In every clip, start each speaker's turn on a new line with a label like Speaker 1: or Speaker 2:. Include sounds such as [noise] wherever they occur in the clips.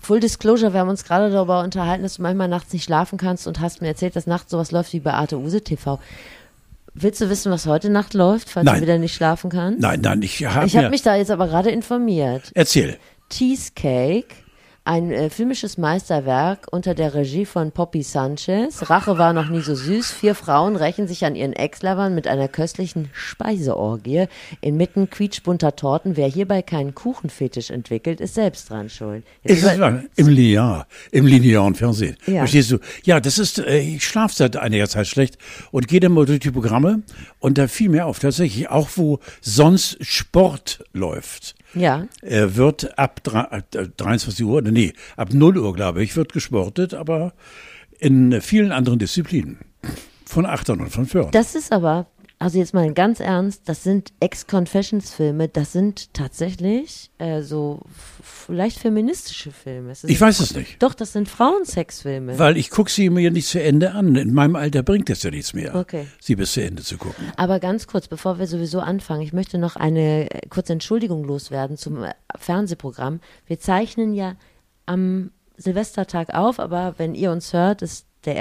Speaker 1: Full Disclosure, wir haben uns gerade darüber unterhalten, dass du manchmal nachts nicht schlafen kannst und hast mir erzählt, dass nachts sowas läuft wie bei Arte Use TV. Willst du wissen, was heute Nacht läuft, falls
Speaker 2: Nein.
Speaker 1: du wieder nicht schlafen kannst?
Speaker 2: Nein, nein, ich habe
Speaker 1: Ich habe mich da jetzt aber gerade informiert.
Speaker 2: Erzähl.
Speaker 1: Cheesecake, ein äh, filmisches Meisterwerk unter der Regie von Poppy Sanchez. Rache war noch nie so süß. Vier Frauen rächen sich an ihren Ex-Lovern mit einer köstlichen Speiseorgie. Inmitten quietschbunter Torten. Wer hierbei keinen Kuchenfetisch entwickelt, ist selbst dran schuld. Jetzt
Speaker 2: Es ist
Speaker 1: über-
Speaker 2: wahr, im linear, im linearen Fernsehen.
Speaker 1: Ja.
Speaker 2: Verstehst du? Ja, das ist, äh, ich schlafe seit einiger Zeit schlecht und gehe dann mal durch die Programme und da fiel mir auf tatsächlich, auch wo sonst Sport läuft,
Speaker 1: ja,
Speaker 2: äh, wird ab, drei- ab äh, 23 Uhr, nee, ab 0 Uhr, glaube ich, wird gesportet, aber in äh, vielen anderen Disziplinen. Von Achtern und von Föhrern.
Speaker 1: das ist aber, also jetzt mal ganz ernst, das sind Ex-Confessions-Filme, das sind tatsächlich äh, so f- vielleicht feministische Filme. Es ist-
Speaker 2: Ich weiß es nicht,
Speaker 1: doch, das sind Frauensexfilme.
Speaker 2: weil ich gucke sie mir nicht zu Ende an. In meinem Alter bringt es ja nichts mehr,
Speaker 1: Okay.
Speaker 2: sie bis zu Ende zu gucken.
Speaker 1: Aber ganz kurz, bevor wir sowieso anfangen, ich möchte noch eine äh, kurze Entschuldigung loswerden zum äh, Fernsehprogramm. Wir zeichnen ja am Silvestertag auf, aber wenn ihr uns hört, ist der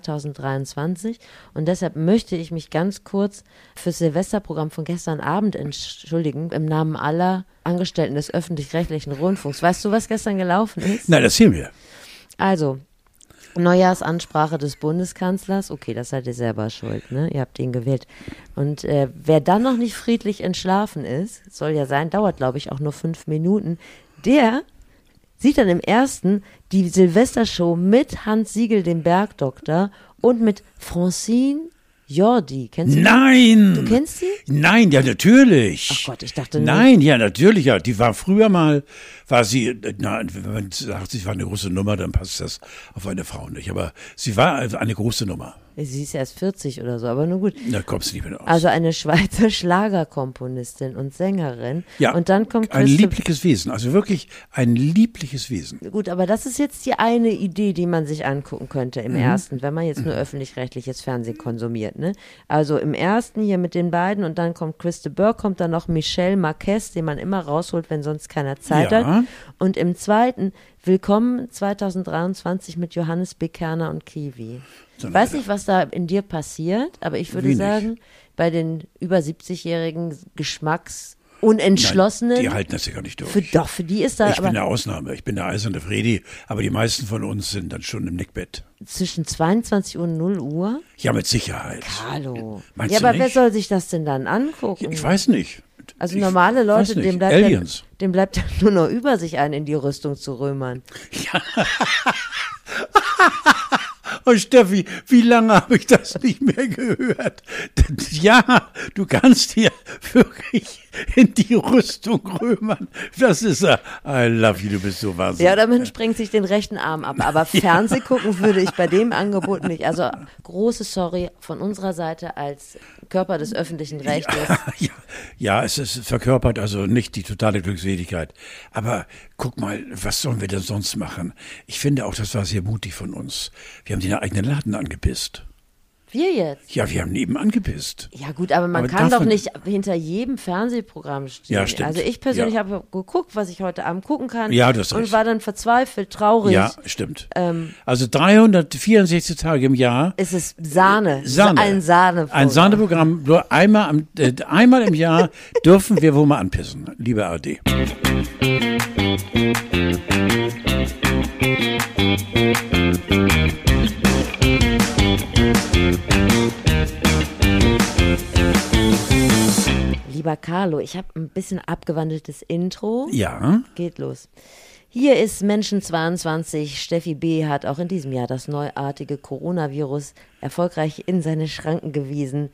Speaker 1: 1.1.2023 und deshalb möchte ich mich ganz kurz fürs Silvesterprogramm von gestern Abend entschuldigen im Namen aller Angestellten des öffentlich-rechtlichen Rundfunks. Weißt du, was gestern gelaufen ist?
Speaker 2: Nein, das sehen wir.
Speaker 1: Also, Neujahrsansprache des Bundeskanzlers. Okay, das seid ihr selber schuld, ne? Ihr habt ihn gewählt. Und äh, wer dann noch nicht friedlich entschlafen ist, soll ja sein, dauert, glaube ich, auch nur fünf Minuten, der sieht dann im ersten die Silvestershow mit Hans Siegel, dem Bergdoktor, und mit Francine Jordi. Kennst du die?
Speaker 2: Nein!
Speaker 1: Du kennst sie?
Speaker 2: Nein, ja natürlich.
Speaker 1: Ach Gott, ich dachte nur-
Speaker 2: Nein, ja natürlich, ja. Die war früher mal, war sie, äh, na, wenn man sagt, sie war eine große Nummer, dann passt das auf eine Frau nicht. Aber sie war also eine große Nummer.
Speaker 1: Sie ist erst 40 oder so, aber nur gut.
Speaker 2: Da kommst du nicht mehr aus.
Speaker 1: Also eine Schweizer Schlagerkomponistin und Sängerin.
Speaker 2: ja,
Speaker 1: und dann kommt
Speaker 2: ein
Speaker 1: Christoph-
Speaker 2: liebliches Wesen, also wirklich ein liebliches Wesen.
Speaker 1: Gut, aber das ist jetzt die eine Idee, die man sich angucken könnte
Speaker 2: Mhm.
Speaker 1: im ersten, wenn man jetzt nur öffentlich-rechtliches Fernsehen konsumiert. Ne? Also im ersten hier mit den beiden und dann kommt Chris de Burgh, kommt dann noch Michel Marquez, den man immer rausholt, wenn sonst keiner Zeit
Speaker 2: Ja.
Speaker 1: hat. Und im zweiten Willkommen 2023 mit Johannes Bekerner und Kiwi. Ich weiß nicht, was da in dir passiert, aber ich würde
Speaker 2: Wenig.
Speaker 1: sagen, bei den über 70-jährigen Geschmacksunentschlossenen,
Speaker 2: Die halten das ja gar nicht durch.
Speaker 1: für, doch, für die ist da
Speaker 2: ich
Speaker 1: aber
Speaker 2: bin eine Ausnahme, ich bin der eiserne Fredi, aber die meisten von uns sind dann schon im Nickbett.
Speaker 1: zwischen 22 und 0 Uhr?
Speaker 2: Ja, mit Sicherheit.
Speaker 1: Hallo.
Speaker 2: Meinst
Speaker 1: ja,
Speaker 2: du
Speaker 1: aber wer
Speaker 2: nicht?
Speaker 1: soll sich das denn dann angucken?
Speaker 2: Ich weiß nicht.
Speaker 1: also
Speaker 2: Ich
Speaker 1: normale
Speaker 2: weiß
Speaker 1: Leute,
Speaker 2: nicht.
Speaker 1: dem bleibt, ja,
Speaker 2: Aliens.
Speaker 1: dem bleibt ja nur noch über, sich einen in die Rüstung zu römern.
Speaker 2: Oh Steffi, wie lange habe ich das nicht mehr gehört? [laughs] Ja, du kannst hier wirklich in die Rüstung römern. Das ist ja, I love you, du bist so wahnsinnig.
Speaker 1: Ja, oder man sprengt sich den rechten Arm ab.
Speaker 2: [laughs]
Speaker 1: Aber Fernseh gucken würde ich bei dem Angebot nicht. Also große Sorry von unserer Seite als Körper des öffentlichen
Speaker 2: [laughs]
Speaker 1: Rechts.
Speaker 2: ja, ja, es ist verkörpert also nicht die totale Glückseligkeit. Aber guck mal, was sollen wir denn sonst machen? Ich finde auch, das war sehr mutig von uns. Wir haben den eigenen Laden angepisst.
Speaker 1: Wir jetzt.
Speaker 2: Ja, wir haben eben angepisst.
Speaker 1: Ja gut, aber man
Speaker 2: Aber
Speaker 1: kann
Speaker 2: darf
Speaker 1: doch
Speaker 2: man-
Speaker 1: nicht hinter jedem Fernsehprogramm stehen.
Speaker 2: Ja, stimmt.
Speaker 1: Also ich persönlich
Speaker 2: Ja.
Speaker 1: habe geguckt, was ich heute Abend gucken kann
Speaker 2: Ja, du hast
Speaker 1: und
Speaker 2: recht.
Speaker 1: war dann verzweifelt, traurig.
Speaker 2: Ja, stimmt.
Speaker 1: ähm,
Speaker 2: also 364 Tage im Jahr
Speaker 1: Es ist Sahne.
Speaker 2: Sahne.
Speaker 1: Ein Sahne.
Speaker 2: Ein Sahneprogramm. Nur einmal, am, äh, einmal im
Speaker 1: [laughs]
Speaker 2: Jahr dürfen wir wohl mal anpissen, liebe ARD.
Speaker 1: Lieber Carlo, ich habe ein bisschen abgewandeltes Intro.
Speaker 2: Ja,
Speaker 1: Geht los. Hier ist Menschen 22. Steffi B. hat auch in diesem Jahr das neuartige Coronavirus erfolgreich in seine Schranken gewiesen.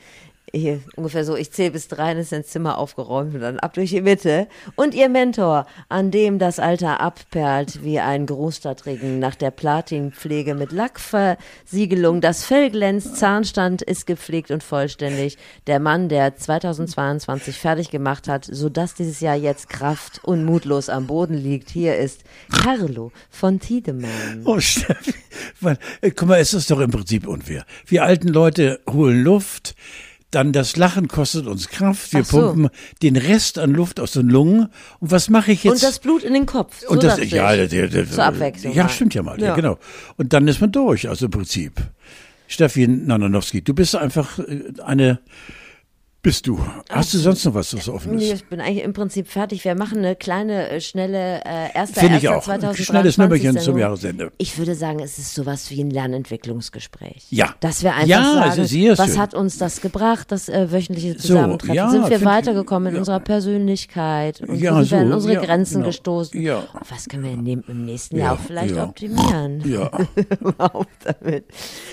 Speaker 1: Hier, ungefähr so, ich zähle bis drei, dann ist dein Zimmer aufgeräumt und dann ab durch die Mitte. Und ihr Mentor, an dem das Alter abperlt wie ein Großstadtregen nach der Platinpflege mit Lackversiegelung. Das Fell glänzt, Zahnstand ist gepflegt und vollständig. Der Mann, der 2022 fertig gemacht hat, sodass dieses Jahr jetzt Kraft und mutlos am Boden liegt. Hier ist Carlo von Tiedemann.
Speaker 2: oh Steffi, weil, äh, guck mal, es ist doch im Prinzip unfair. Wir alten Leute holen Luft, Dann das Lachen kostet uns Kraft. Wir
Speaker 1: Ach so.
Speaker 2: pumpen den Rest an Luft aus den Lungen. Und was mache ich jetzt?
Speaker 1: Und das Blut in den Kopf. So
Speaker 2: Und das,
Speaker 1: dachte ich.
Speaker 2: ja, der, der,
Speaker 1: Zur Abwechslung
Speaker 2: Ja,
Speaker 1: mal.
Speaker 2: stimmt ja mal, ja.
Speaker 1: Ja.
Speaker 2: genau. Und dann ist man durch, also im Prinzip. Steffi Nananowski, du bist einfach äh, eine, bist du. Hast du sonst noch was, was offen
Speaker 1: Nee,
Speaker 2: ist?
Speaker 1: ich bin eigentlich im Prinzip fertig. Wir machen eine kleine, äh, schnelle äh, erste,
Speaker 2: Finde ich
Speaker 1: erste
Speaker 2: auch. Ein Schnelles Nummerchen zum Jahresende.
Speaker 1: Ich würde sagen, es ist sowas wie ein Lernentwicklungsgespräch.
Speaker 2: Ja.
Speaker 1: Dass wir einfach
Speaker 2: Ja, also
Speaker 1: sagen,
Speaker 2: sehr
Speaker 1: was
Speaker 2: schön.
Speaker 1: hat uns das gebracht, das äh, wöchentliche Zusammentreffen?
Speaker 2: ja,
Speaker 1: sind wir
Speaker 2: find-
Speaker 1: weitergekommen
Speaker 2: ja.
Speaker 1: in unserer Persönlichkeit? Und
Speaker 2: Ja,
Speaker 1: sind wir an
Speaker 2: so,
Speaker 1: unsere
Speaker 2: ja,
Speaker 1: Grenzen
Speaker 2: genau.
Speaker 1: gestoßen?
Speaker 2: Ja.
Speaker 1: Und was können wir in dem, im nächsten
Speaker 2: Ja,
Speaker 1: Jahr auch vielleicht
Speaker 2: ja.
Speaker 1: optimieren? [laughs]
Speaker 2: Ja.
Speaker 1: Auf damit.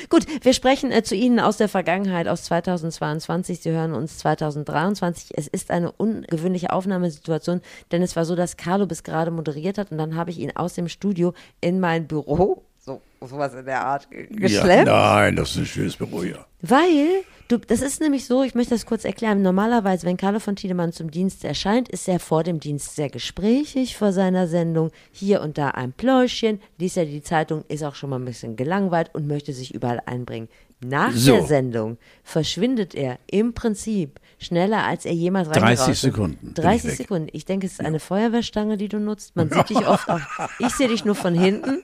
Speaker 1: Gut, wir sprechen äh, zu Ihnen aus der Vergangenheit, aus 2022. Sie hören uns 2023. Es ist eine ungewöhnliche Aufnahmesituation, denn es war so, dass Carlo bis gerade moderiert hat und dann habe ich ihn aus dem Studio in mein Büro, so sowas in der Art, ge-
Speaker 2: ja. genau.
Speaker 1: geschleppt.
Speaker 2: Nein, das ist ein schönes Büro, ja.
Speaker 1: Weil, du, das ist nämlich so, ich möchte das kurz erklären. Normalerweise, wenn Carlo von Tiedemann zum Dienst erscheint, ist er vor dem Dienst sehr gesprächig vor seiner Sendung. Hier und da ein Pläuschchen, liest er die Zeitung, ist auch schon mal ein bisschen gelangweilt und möchte sich überall einbringen. Nach
Speaker 2: So.
Speaker 1: der Sendung verschwindet er im Prinzip schneller, als er jemals
Speaker 2: 30
Speaker 1: reingeraucht ist.
Speaker 2: Sekunden bin ich
Speaker 1: 30
Speaker 2: weg.
Speaker 1: Sekunden. Ich denke, es ist eine Feuerwehrstange, die du nutzt. Man sieht dich oft auch. Ich sehe dich nur von hinten.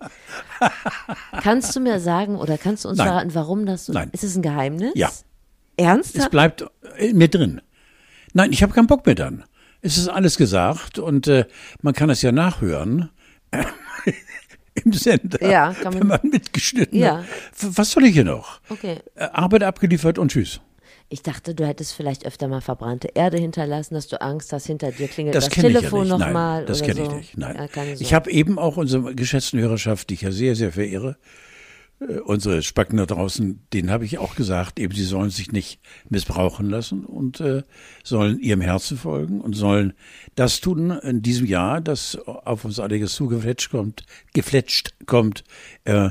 Speaker 1: Kannst du mir sagen oder kannst du uns
Speaker 2: Nein.
Speaker 1: verraten, warum das so
Speaker 2: Nein.
Speaker 1: ist? es ein Geheimnis?
Speaker 2: Ja. Es
Speaker 1: Ernsthaft?
Speaker 2: bleibt in mir drin. Nein, ich habe keinen Bock mehr dann. Es ist alles gesagt und äh, man kann es ja nachhören. [laughs] Im Sender,
Speaker 1: Ja, kann man-
Speaker 2: wenn man mitgeschnitten
Speaker 1: Ja.
Speaker 2: hat. W- Was soll ich hier noch?
Speaker 1: Okay.
Speaker 2: Äh, Arbeit abgeliefert und tschüss.
Speaker 1: Ich dachte, du hättest vielleicht öfter mal verbrannte Erde hinterlassen, dass du Angst hast, hinter dir klingelt
Speaker 2: Das,
Speaker 1: das
Speaker 2: kenne ich ja
Speaker 1: Telefon
Speaker 2: nicht. Nein,
Speaker 1: nochmal.
Speaker 2: das
Speaker 1: oder
Speaker 2: kenne ich
Speaker 1: so.
Speaker 2: nicht. Nein.
Speaker 1: Ja, keine Sorge.
Speaker 2: ich habe eben auch unsere geschätzten Hörerschaft, die ich ja sehr, sehr verehre, äh, unsere Spacken da draußen, denen habe ich auch gesagt, eben sie sollen sich nicht missbrauchen lassen und äh, sollen ihrem Herzen folgen und sollen das tun in diesem Jahr, das auf uns alle jetzt zugefletscht kommt, gefletscht kommt, äh,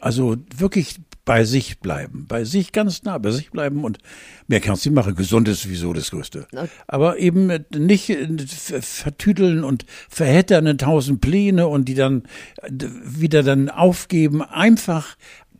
Speaker 2: also wirklich bei sich bleiben, bei sich ganz nah bei sich bleiben und mehr kannst du nicht machen. Gesund ist sowieso das Größte. Aber eben äh, nicht äh, ver- vertüdeln und verheddern in tausend Pläne und die dann äh, d- wieder dann aufgeben. Einfach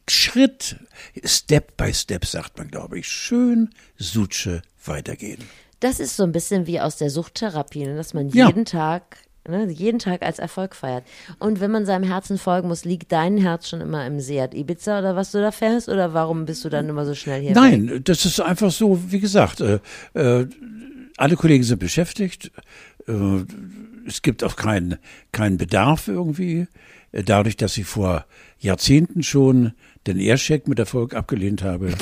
Speaker 2: Schritt, Step by Step sagt man, glaube ich. Schön Sutsche weitergehen.
Speaker 1: das ist so ein bisschen wie aus der Suchttherapie, ne, dass man
Speaker 2: Ja.
Speaker 1: jeden Tag, ne, jeden Tag als Erfolg feiert. Und wenn man seinem Herzen folgen muss, liegt dein Herz schon immer im Seat Ibiza oder was du da fährst? Oder warum bist du dann immer so schnell hier? weg?
Speaker 2: Nein, das ist einfach so, wie gesagt, äh, äh, alle Kollegen sind beschäftigt. Äh, es gibt auch keinen keinen Bedarf irgendwie. Äh, Dadurch, dass ich vor Jahrzehnten schon den Aircheck mit Erfolg abgelehnt habe.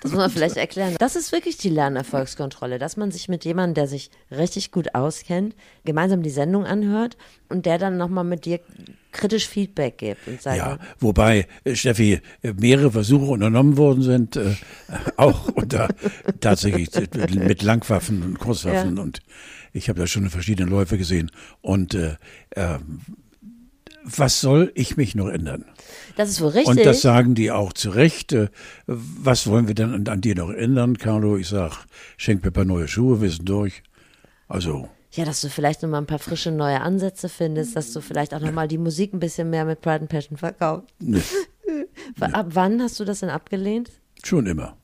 Speaker 1: Das muss man vielleicht erklären. Das ist wirklich die Lernerfolgskontrolle, dass man sich mit jemandem, der sich richtig gut auskennt, gemeinsam die Sendung anhört und der dann nochmal mit dir kritisch Feedback gibt und sagt,
Speaker 2: Ja, wobei, äh, Steffi, äh, mehrere Versuche unternommen worden sind, äh, auch [laughs] unter tatsächlich äh, mit Langwaffen und Kurzwaffen
Speaker 1: Ja.
Speaker 2: und ich habe da schon verschiedene Läufe gesehen. Und äh, ähm, was soll ich mich noch ändern?
Speaker 1: das ist wohl richtig.
Speaker 2: Und das sagen die auch zu Recht. Äh, Was wollen wir denn an, an dir noch ändern, Carlo? Ich sag, schenk mir ein paar neue Schuhe, wir sind durch. Also,
Speaker 1: ja, dass du vielleicht nochmal ein paar frische neue Ansätze findest, dass du vielleicht auch nochmal die Musik ein bisschen mehr mit Pride and Passion verkaufst.
Speaker 2: ne,
Speaker 1: [laughs] Ab wann hast du das denn abgelehnt?
Speaker 2: schon immer.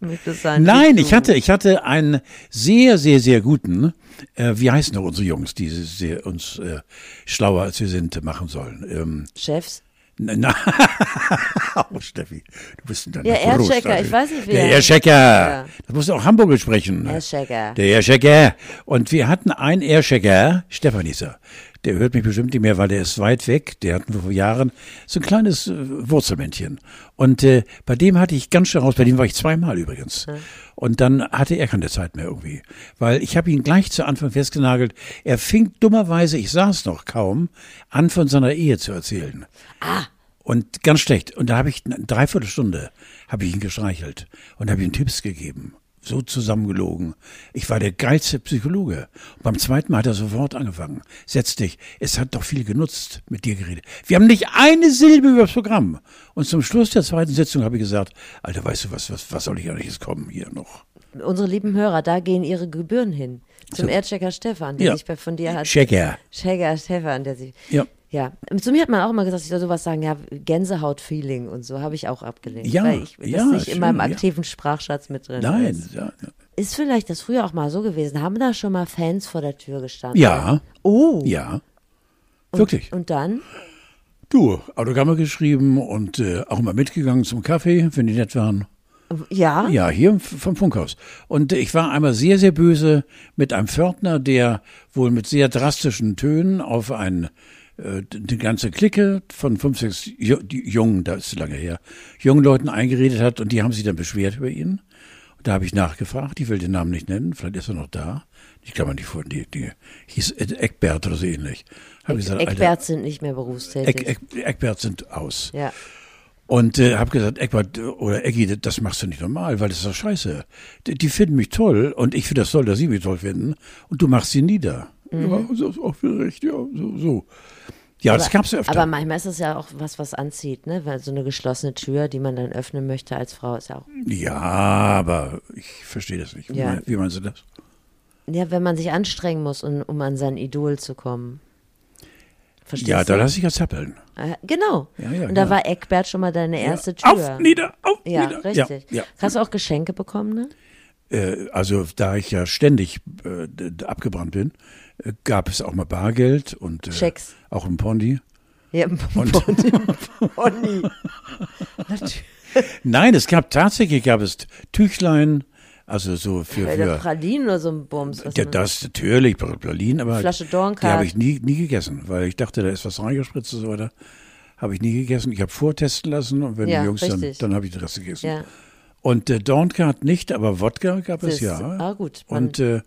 Speaker 1: Möchte es sein,
Speaker 2: Nein,
Speaker 1: wie
Speaker 2: ich
Speaker 1: du-
Speaker 2: hatte, ich hatte einen sehr, sehr, sehr guten, äh, wie heißen doch unsere Jungs, die sehr, uns äh, schlauer als wir sind äh, machen sollen. Ähm,
Speaker 1: Chefs.
Speaker 2: na, na, [laughs] oh, Steffi, du bist ein
Speaker 1: Ja, Airchecker, ich weiß nicht, wie
Speaker 2: Der
Speaker 1: er-
Speaker 2: Airchecker,
Speaker 1: Ja.
Speaker 2: das musst du auch Hamburg sprechen.
Speaker 1: Airchecker.
Speaker 2: Der Airchecker. Und wir hatten einen Airchecker, Stefan hieß er. Der hört mich bestimmt nicht mehr, weil der ist weit weg. Der hatten wir vor Jahren so ein kleines äh, Wurzelmännchen. Und äh, bei dem hatte ich ganz schön raus, bei dem war ich zweimal übrigens. Und dann hatte er keine Zeit mehr irgendwie. Weil ich habe ihn gleich zu Anfang festgenagelt. Er fing dummerweise, ich saß noch kaum, an von seiner Ehe zu erzählen. Und ganz schlecht. Und da habe ich eine Dreiviertelstunde habe ich ihn gestreichelt und habe ihm Tipps gegeben. So zusammengelogen. Ich war der geilste Psychologe. Und beim zweiten Mal hat er sofort angefangen. Setz dich. Es hat doch viel genutzt, mit dir geredet. Wir haben nicht eine Silbe über das Programm. Und zum Schluss der zweiten Sitzung habe ich gesagt, Alter, weißt du was, was, was soll ich eigentlich jetzt kommen hier noch?
Speaker 1: Unsere lieben Hörer, da gehen ihre Gebühren hin. Zum Airchecker Stefan, der
Speaker 2: Also Ja.
Speaker 1: sich bei- von dir hat.
Speaker 2: Checker.
Speaker 1: Checker Stefan, der sich.
Speaker 2: Ja.
Speaker 1: Ja, zu mir hat man auch immer gesagt, ich soll sowas sagen, ja, Gänsehaut-Feeling und so habe ich auch abgelehnt.
Speaker 2: Ja,
Speaker 1: weil ich, das
Speaker 2: ja,
Speaker 1: nicht in
Speaker 2: schön,
Speaker 1: meinem
Speaker 2: ja.
Speaker 1: aktiven Sprachschatz mit drin
Speaker 2: Nein,
Speaker 1: ist.
Speaker 2: ja,
Speaker 1: Ist vielleicht das früher auch mal so gewesen? Haben da schon mal Fans vor der Tür gestanden?
Speaker 2: Ja.
Speaker 1: Oh.
Speaker 2: ja. Wirklich.
Speaker 1: Und dann?
Speaker 2: Du, Autogramme geschrieben und äh, auch mal mitgegangen zum Kaffee, wenn die nett waren.
Speaker 1: Ja.
Speaker 2: Ja, hier vom Funkhaus. Und ich war einmal sehr, sehr böse mit einem Pförtner, der wohl mit sehr drastischen Tönen auf einen äh, die ganze Clique von fünf, sechs Ju- die Jungen, das ist lange her, jungen Leuten eingeredet hat und die haben sich dann beschwert über ihn. Und da habe ich nachgefragt, ich will den Namen nicht nennen, vielleicht ist er noch da. Ich kann man nicht vor, die, die hieß Ed- Eckbert oder so ähnlich. Habe gesagt, Alter,
Speaker 1: Eckbert sind nicht mehr berufstätig.
Speaker 2: Eck, Eck, Eckbert sind aus.
Speaker 1: ja.
Speaker 2: Und äh, habe gesagt, Eckbert äh, oder Eggy, das- das machst du nicht normal, weil das ist doch scheiße. Die, die finden mich toll und ich finde das toll, dass sie mich toll finden und du machst sie nieder.
Speaker 1: Mhm.
Speaker 2: Ja, das ist auch viel recht, ja, so. so. Ja, das gab's öfter.
Speaker 1: Aber manchmal ist das ja auch was, was anzieht, ne? Weil so eine geschlossene Tür, die man dann öffnen möchte als Frau, ist ja auch.
Speaker 2: ja, aber ich verstehe das nicht. Wie,
Speaker 1: Ja.
Speaker 2: mein- wie meinst du das?
Speaker 1: Ja, wenn man sich anstrengen muss, um, um an sein Idol zu kommen. Verstehst
Speaker 2: ja,
Speaker 1: du?
Speaker 2: da lass ich ja zappeln.
Speaker 1: Äh, Genau.
Speaker 2: Ja, ja,
Speaker 1: Und da
Speaker 2: genau.
Speaker 1: war Eckbert schon mal deine erste Tür.
Speaker 2: Auf, nieder, auf,
Speaker 1: ja,
Speaker 2: nieder.
Speaker 1: richtig.
Speaker 2: Ja, ja.
Speaker 1: Hast du auch Geschenke bekommen, ne?
Speaker 2: Äh, also da ich ja ständig äh, d- d- abgebrannt bin, äh, gab es auch mal Bargeld und äh,
Speaker 1: Schecks.
Speaker 2: auch ein Pondi.
Speaker 1: Ja, [laughs]
Speaker 2: Und- [laughs]
Speaker 1: Bonnie.
Speaker 2: Nein, es gab tatsächlich gab es Tüchlein, also so für,
Speaker 1: Alter,
Speaker 2: für
Speaker 1: Pralinen oder so ein Bums. Was
Speaker 2: ja,
Speaker 1: man-
Speaker 2: das natürlich Berlin, aber
Speaker 1: ne? Flasche
Speaker 2: die
Speaker 1: Dornkart.
Speaker 2: habe ich nie nie gegessen, weil ich dachte, da ist was reingespritzt oder so weiter. Habe ich nie gegessen. Ich habe vortesten lassen und wenn
Speaker 1: Ja,
Speaker 2: die Jungs
Speaker 1: richtig.
Speaker 2: dann dann habe ich den Rest gegessen.
Speaker 1: ja,
Speaker 2: Und äh, Dornkart nicht, aber Wodka gab
Speaker 1: das
Speaker 2: es ja.
Speaker 1: Ah, gut. Man,
Speaker 2: und äh,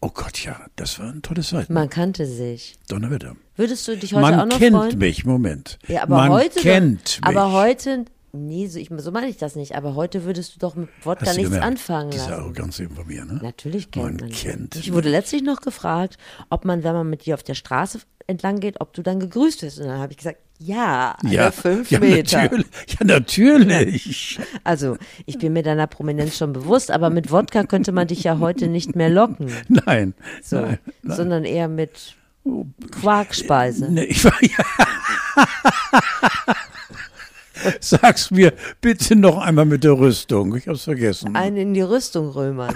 Speaker 2: oh Gott, ja, das war ein tolles Zeit.
Speaker 1: man kannte sich.
Speaker 2: Donnerwetter.
Speaker 1: Würdest du dich heute auch
Speaker 2: Man
Speaker 1: noch
Speaker 2: kennt
Speaker 1: freuen?
Speaker 2: mich, Moment.
Speaker 1: Ja, aber
Speaker 2: Man
Speaker 1: heute.
Speaker 2: kennt mich.
Speaker 1: Aber heute. Nee, so, ich, so meine ich das nicht. Aber heute würdest du doch mit Wodka
Speaker 2: Hast du
Speaker 1: nichts
Speaker 2: gemerkt?
Speaker 1: anfangen
Speaker 2: Diese
Speaker 1: lassen.
Speaker 2: Arroganz eben bei mir, ne?
Speaker 1: Natürlich kennt man.
Speaker 2: Man kennt
Speaker 1: Ich wurde letztlich noch gefragt, ob man, wenn man mit dir auf der Straße entlang geht, ob du dann gegrüßt wirst. Und dann habe ich gesagt, ja, alle fünf
Speaker 2: ja,
Speaker 1: Meter.
Speaker 2: Natürlich, ja, natürlich.
Speaker 1: Also, ich bin mir deiner Prominenz schon bewusst, aber mit Wodka könnte man dich ja heute nicht mehr locken.
Speaker 2: Nein.
Speaker 1: So,
Speaker 2: nein. Oh.
Speaker 1: sondern eher mit Quarkspeise.
Speaker 2: Nee, Ne, ich war ja. [laughs] Sag's mir bitte noch einmal mit der Rüstung. Ich hab's vergessen.
Speaker 1: Einen in die Rüstung römern.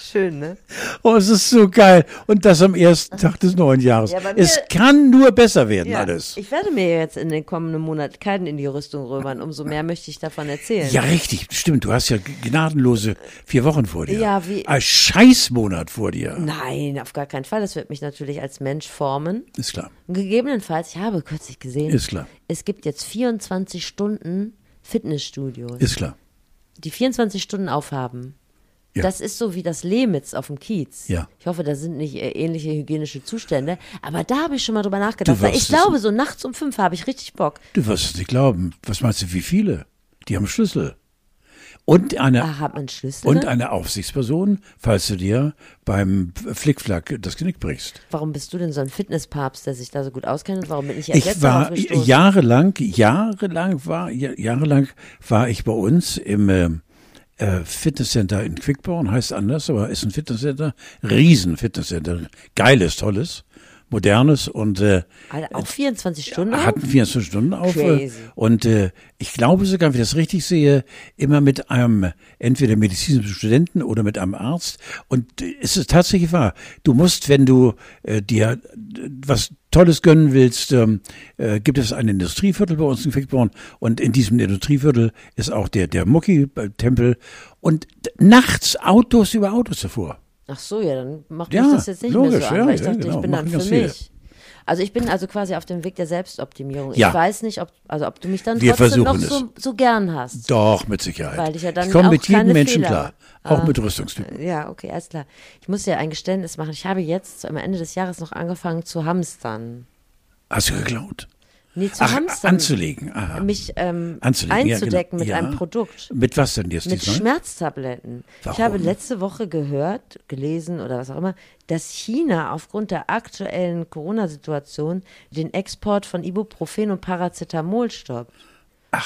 Speaker 1: Schön, ne?
Speaker 2: Oh, es ist so geil. Und das am ersten Tag des neuen Jahres.
Speaker 1: Ja, bei mir-
Speaker 2: es kann nur besser werden,
Speaker 1: Ja.
Speaker 2: alles.
Speaker 1: Ich werde mir jetzt in den kommenden Monaten keinen in die Rüstung römern. Umso mehr möchte ich davon erzählen.
Speaker 2: Ja, richtig, stimmt. Du hast ja gnadenlose vier Wochen vor dir.
Speaker 1: Ja, wie-
Speaker 2: Ein Scheißmonat vor dir.
Speaker 1: Nein, auf gar keinen Fall. Das wird mich natürlich als Mensch formen.
Speaker 2: Ist klar.
Speaker 1: Und gegebenenfalls, ich habe kürzlich gesehen,
Speaker 2: Ist klar.
Speaker 1: es gibt jetzt 24 Stunden Fitnessstudios,
Speaker 2: Ist klar.
Speaker 1: die 24 Stunden aufhaben.
Speaker 2: Ja.
Speaker 1: Das ist so wie das Lehmitz auf dem Kiez.
Speaker 2: Ja.
Speaker 1: Ich hoffe, da sind nicht äh, ähnliche hygienische Zustände. Aber da habe ich schon mal drüber nachgedacht.
Speaker 2: Du
Speaker 1: Weil
Speaker 2: wirst
Speaker 1: ich
Speaker 2: es-
Speaker 1: glaube, so nachts um fünf habe ich richtig Bock.
Speaker 2: Du wirst es nicht glauben. Was meinst du, wie viele? Die haben Schlüssel. Und eine
Speaker 1: Ah, hat man Schlüssel?
Speaker 2: Und eine Aufsichtsperson, falls du dir beim Flickflack das Genick brichst.
Speaker 1: warum bist du denn so ein Fitnesspapst, der sich da so gut auskennt? Und warum bin ich erst
Speaker 2: Ich
Speaker 1: jetzt
Speaker 2: war
Speaker 1: darauf gestoßen?
Speaker 2: jahrelang, jahrelang war, ja- jahrelang war ich bei uns im äh, äh, Fitnesscenter in Quickborn, heißt anders, aber ist ein Fitnesscenter, riesen Fitnesscenter, geiles, tolles, modernes und äh,
Speaker 1: Alter, auch 24 Stunden?
Speaker 2: hatten 24 Stunden auf.
Speaker 1: Crazy.
Speaker 2: äh, Und äh, ich glaube sogar, wenn ich das richtig sehe, immer mit einem äh, entweder medizinischen Studenten oder mit einem Arzt. Und äh, es ist tatsächlich wahr. Du musst, wenn du äh, dir äh, was Tolles gönnen willst, ähm, äh, gibt es ein Industrieviertel bei uns in Quickborn und in diesem Industrieviertel ist auch der, der Mucki-Tempel und d- nachts Autos über Autos davor.
Speaker 1: Ach so, ja, dann macht
Speaker 2: Ja,
Speaker 1: mich das jetzt nicht mehr so
Speaker 2: logisch,
Speaker 1: an,
Speaker 2: ja,
Speaker 1: weil ich
Speaker 2: ja,
Speaker 1: dachte,
Speaker 2: genau,
Speaker 1: ich bin dann
Speaker 2: machen
Speaker 1: für
Speaker 2: ganz viele.
Speaker 1: mich. Also ich bin also quasi auf dem Weg der Selbstoptimierung.
Speaker 2: Ja.
Speaker 1: Ich weiß nicht, ob, also ob du mich dann
Speaker 2: Wir
Speaker 1: trotzdem noch
Speaker 2: versuchen
Speaker 1: so, so gern hast.
Speaker 2: Doch, mit Sicherheit.
Speaker 1: Weil ich ja dann
Speaker 2: komme
Speaker 1: auch
Speaker 2: mit jedem
Speaker 1: keine
Speaker 2: Menschen
Speaker 1: Fehler- Ah.
Speaker 2: klar. Auch mit Rüstungstypen.
Speaker 1: Ja, okay, alles klar. Ich muss dir ein Geständnis machen. Ich habe jetzt am Ende des Jahres noch angefangen zu hamstern.
Speaker 2: Hast du geklaut?
Speaker 1: Nee, zu
Speaker 2: Ach,
Speaker 1: hamstern.
Speaker 2: anzulegen. Aha.
Speaker 1: mich ähm,
Speaker 2: Anzulegen, ja,
Speaker 1: einzudecken mit
Speaker 2: genau. Ja.
Speaker 1: einem Produkt.
Speaker 2: Mit was denn jetzt
Speaker 1: Mit
Speaker 2: diesmal?
Speaker 1: Schmerztabletten. Ich
Speaker 2: ne? Warum?
Speaker 1: habe letzte Woche gehört, gelesen oder was auch immer, dass China aufgrund der aktuellen Corona-Situation den Export von Ibuprofen und Paracetamol stoppt.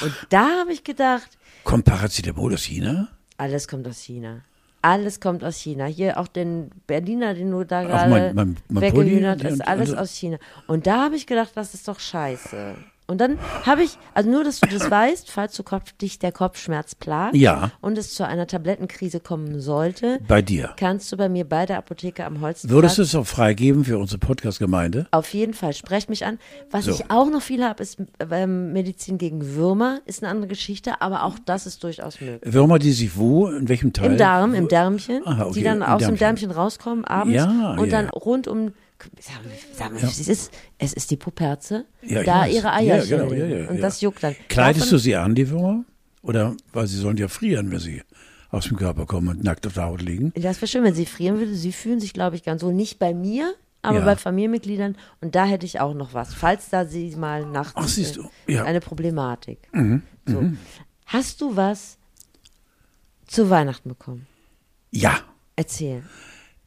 Speaker 1: Und da habe ich gedacht,
Speaker 2: Kommt Paracetamol aus China?
Speaker 1: alles kommt aus China. Alles kommt aus China. Hier auch den Berliner, den du da
Speaker 2: Auch mein-
Speaker 1: gerade
Speaker 2: mein- mein
Speaker 1: weggehühnert
Speaker 2: Pulli und- also-
Speaker 1: ist, alles
Speaker 2: und-
Speaker 1: aus China. Und da habe ich gedacht, das ist doch scheiße. Und dann habe ich, also nur, dass du das weißt, falls du Kopf, dich der Kopfschmerz plagt
Speaker 2: Ja.
Speaker 1: und es zu einer Tablettenkrise kommen sollte,
Speaker 2: Bei dir.
Speaker 1: kannst du bei mir bei der Apotheke am Holzplatz
Speaker 2: Würdest du es auch freigeben für unsere Podcast-Gemeinde?
Speaker 1: auf jeden Fall, sprecht mich an. Was
Speaker 2: So.
Speaker 1: ich auch noch viel habe, ist ähm, Medizin gegen Würmer, ist eine andere Geschichte, aber auch das ist durchaus möglich.
Speaker 2: Würmer, die sich wo, in welchem Teil?
Speaker 1: Im Darm, im Därmchen,
Speaker 2: Aha, Ah, okay,
Speaker 1: die dann
Speaker 2: im
Speaker 1: aus dem
Speaker 2: Därmchen.
Speaker 1: Därmchen rauskommen abends
Speaker 2: Ja,
Speaker 1: und
Speaker 2: ja.
Speaker 1: dann rund um, sag, sag mal, es, ist, es ist die Puperze,
Speaker 2: Ja, ich
Speaker 1: da
Speaker 2: weiß.
Speaker 1: ihre
Speaker 2: Ja,
Speaker 1: Eier
Speaker 2: genau,
Speaker 1: legen.
Speaker 2: ja, ja,
Speaker 1: und
Speaker 2: ja.
Speaker 1: das juckt dann.
Speaker 2: Kleidest du sie an, die Würmer? Oder, weil sie sollen ja frieren, wenn sie aus dem Körper kommen und nackt auf der Haut liegen.
Speaker 1: Das wäre schön, wenn sie frieren würde. Sie fühlen sich, glaube ich, ganz wohl nicht bei mir, aber
Speaker 2: Ja.
Speaker 1: bei Familienmitgliedern. Und da hätte ich auch noch was, falls da sie mal nachts
Speaker 2: Ach, siehst
Speaker 1: äh,
Speaker 2: du. Ja. Mhm,
Speaker 1: eine Problematik. So. Hast du was zu Weihnachten bekommen?
Speaker 2: Ja,
Speaker 1: Erzähl.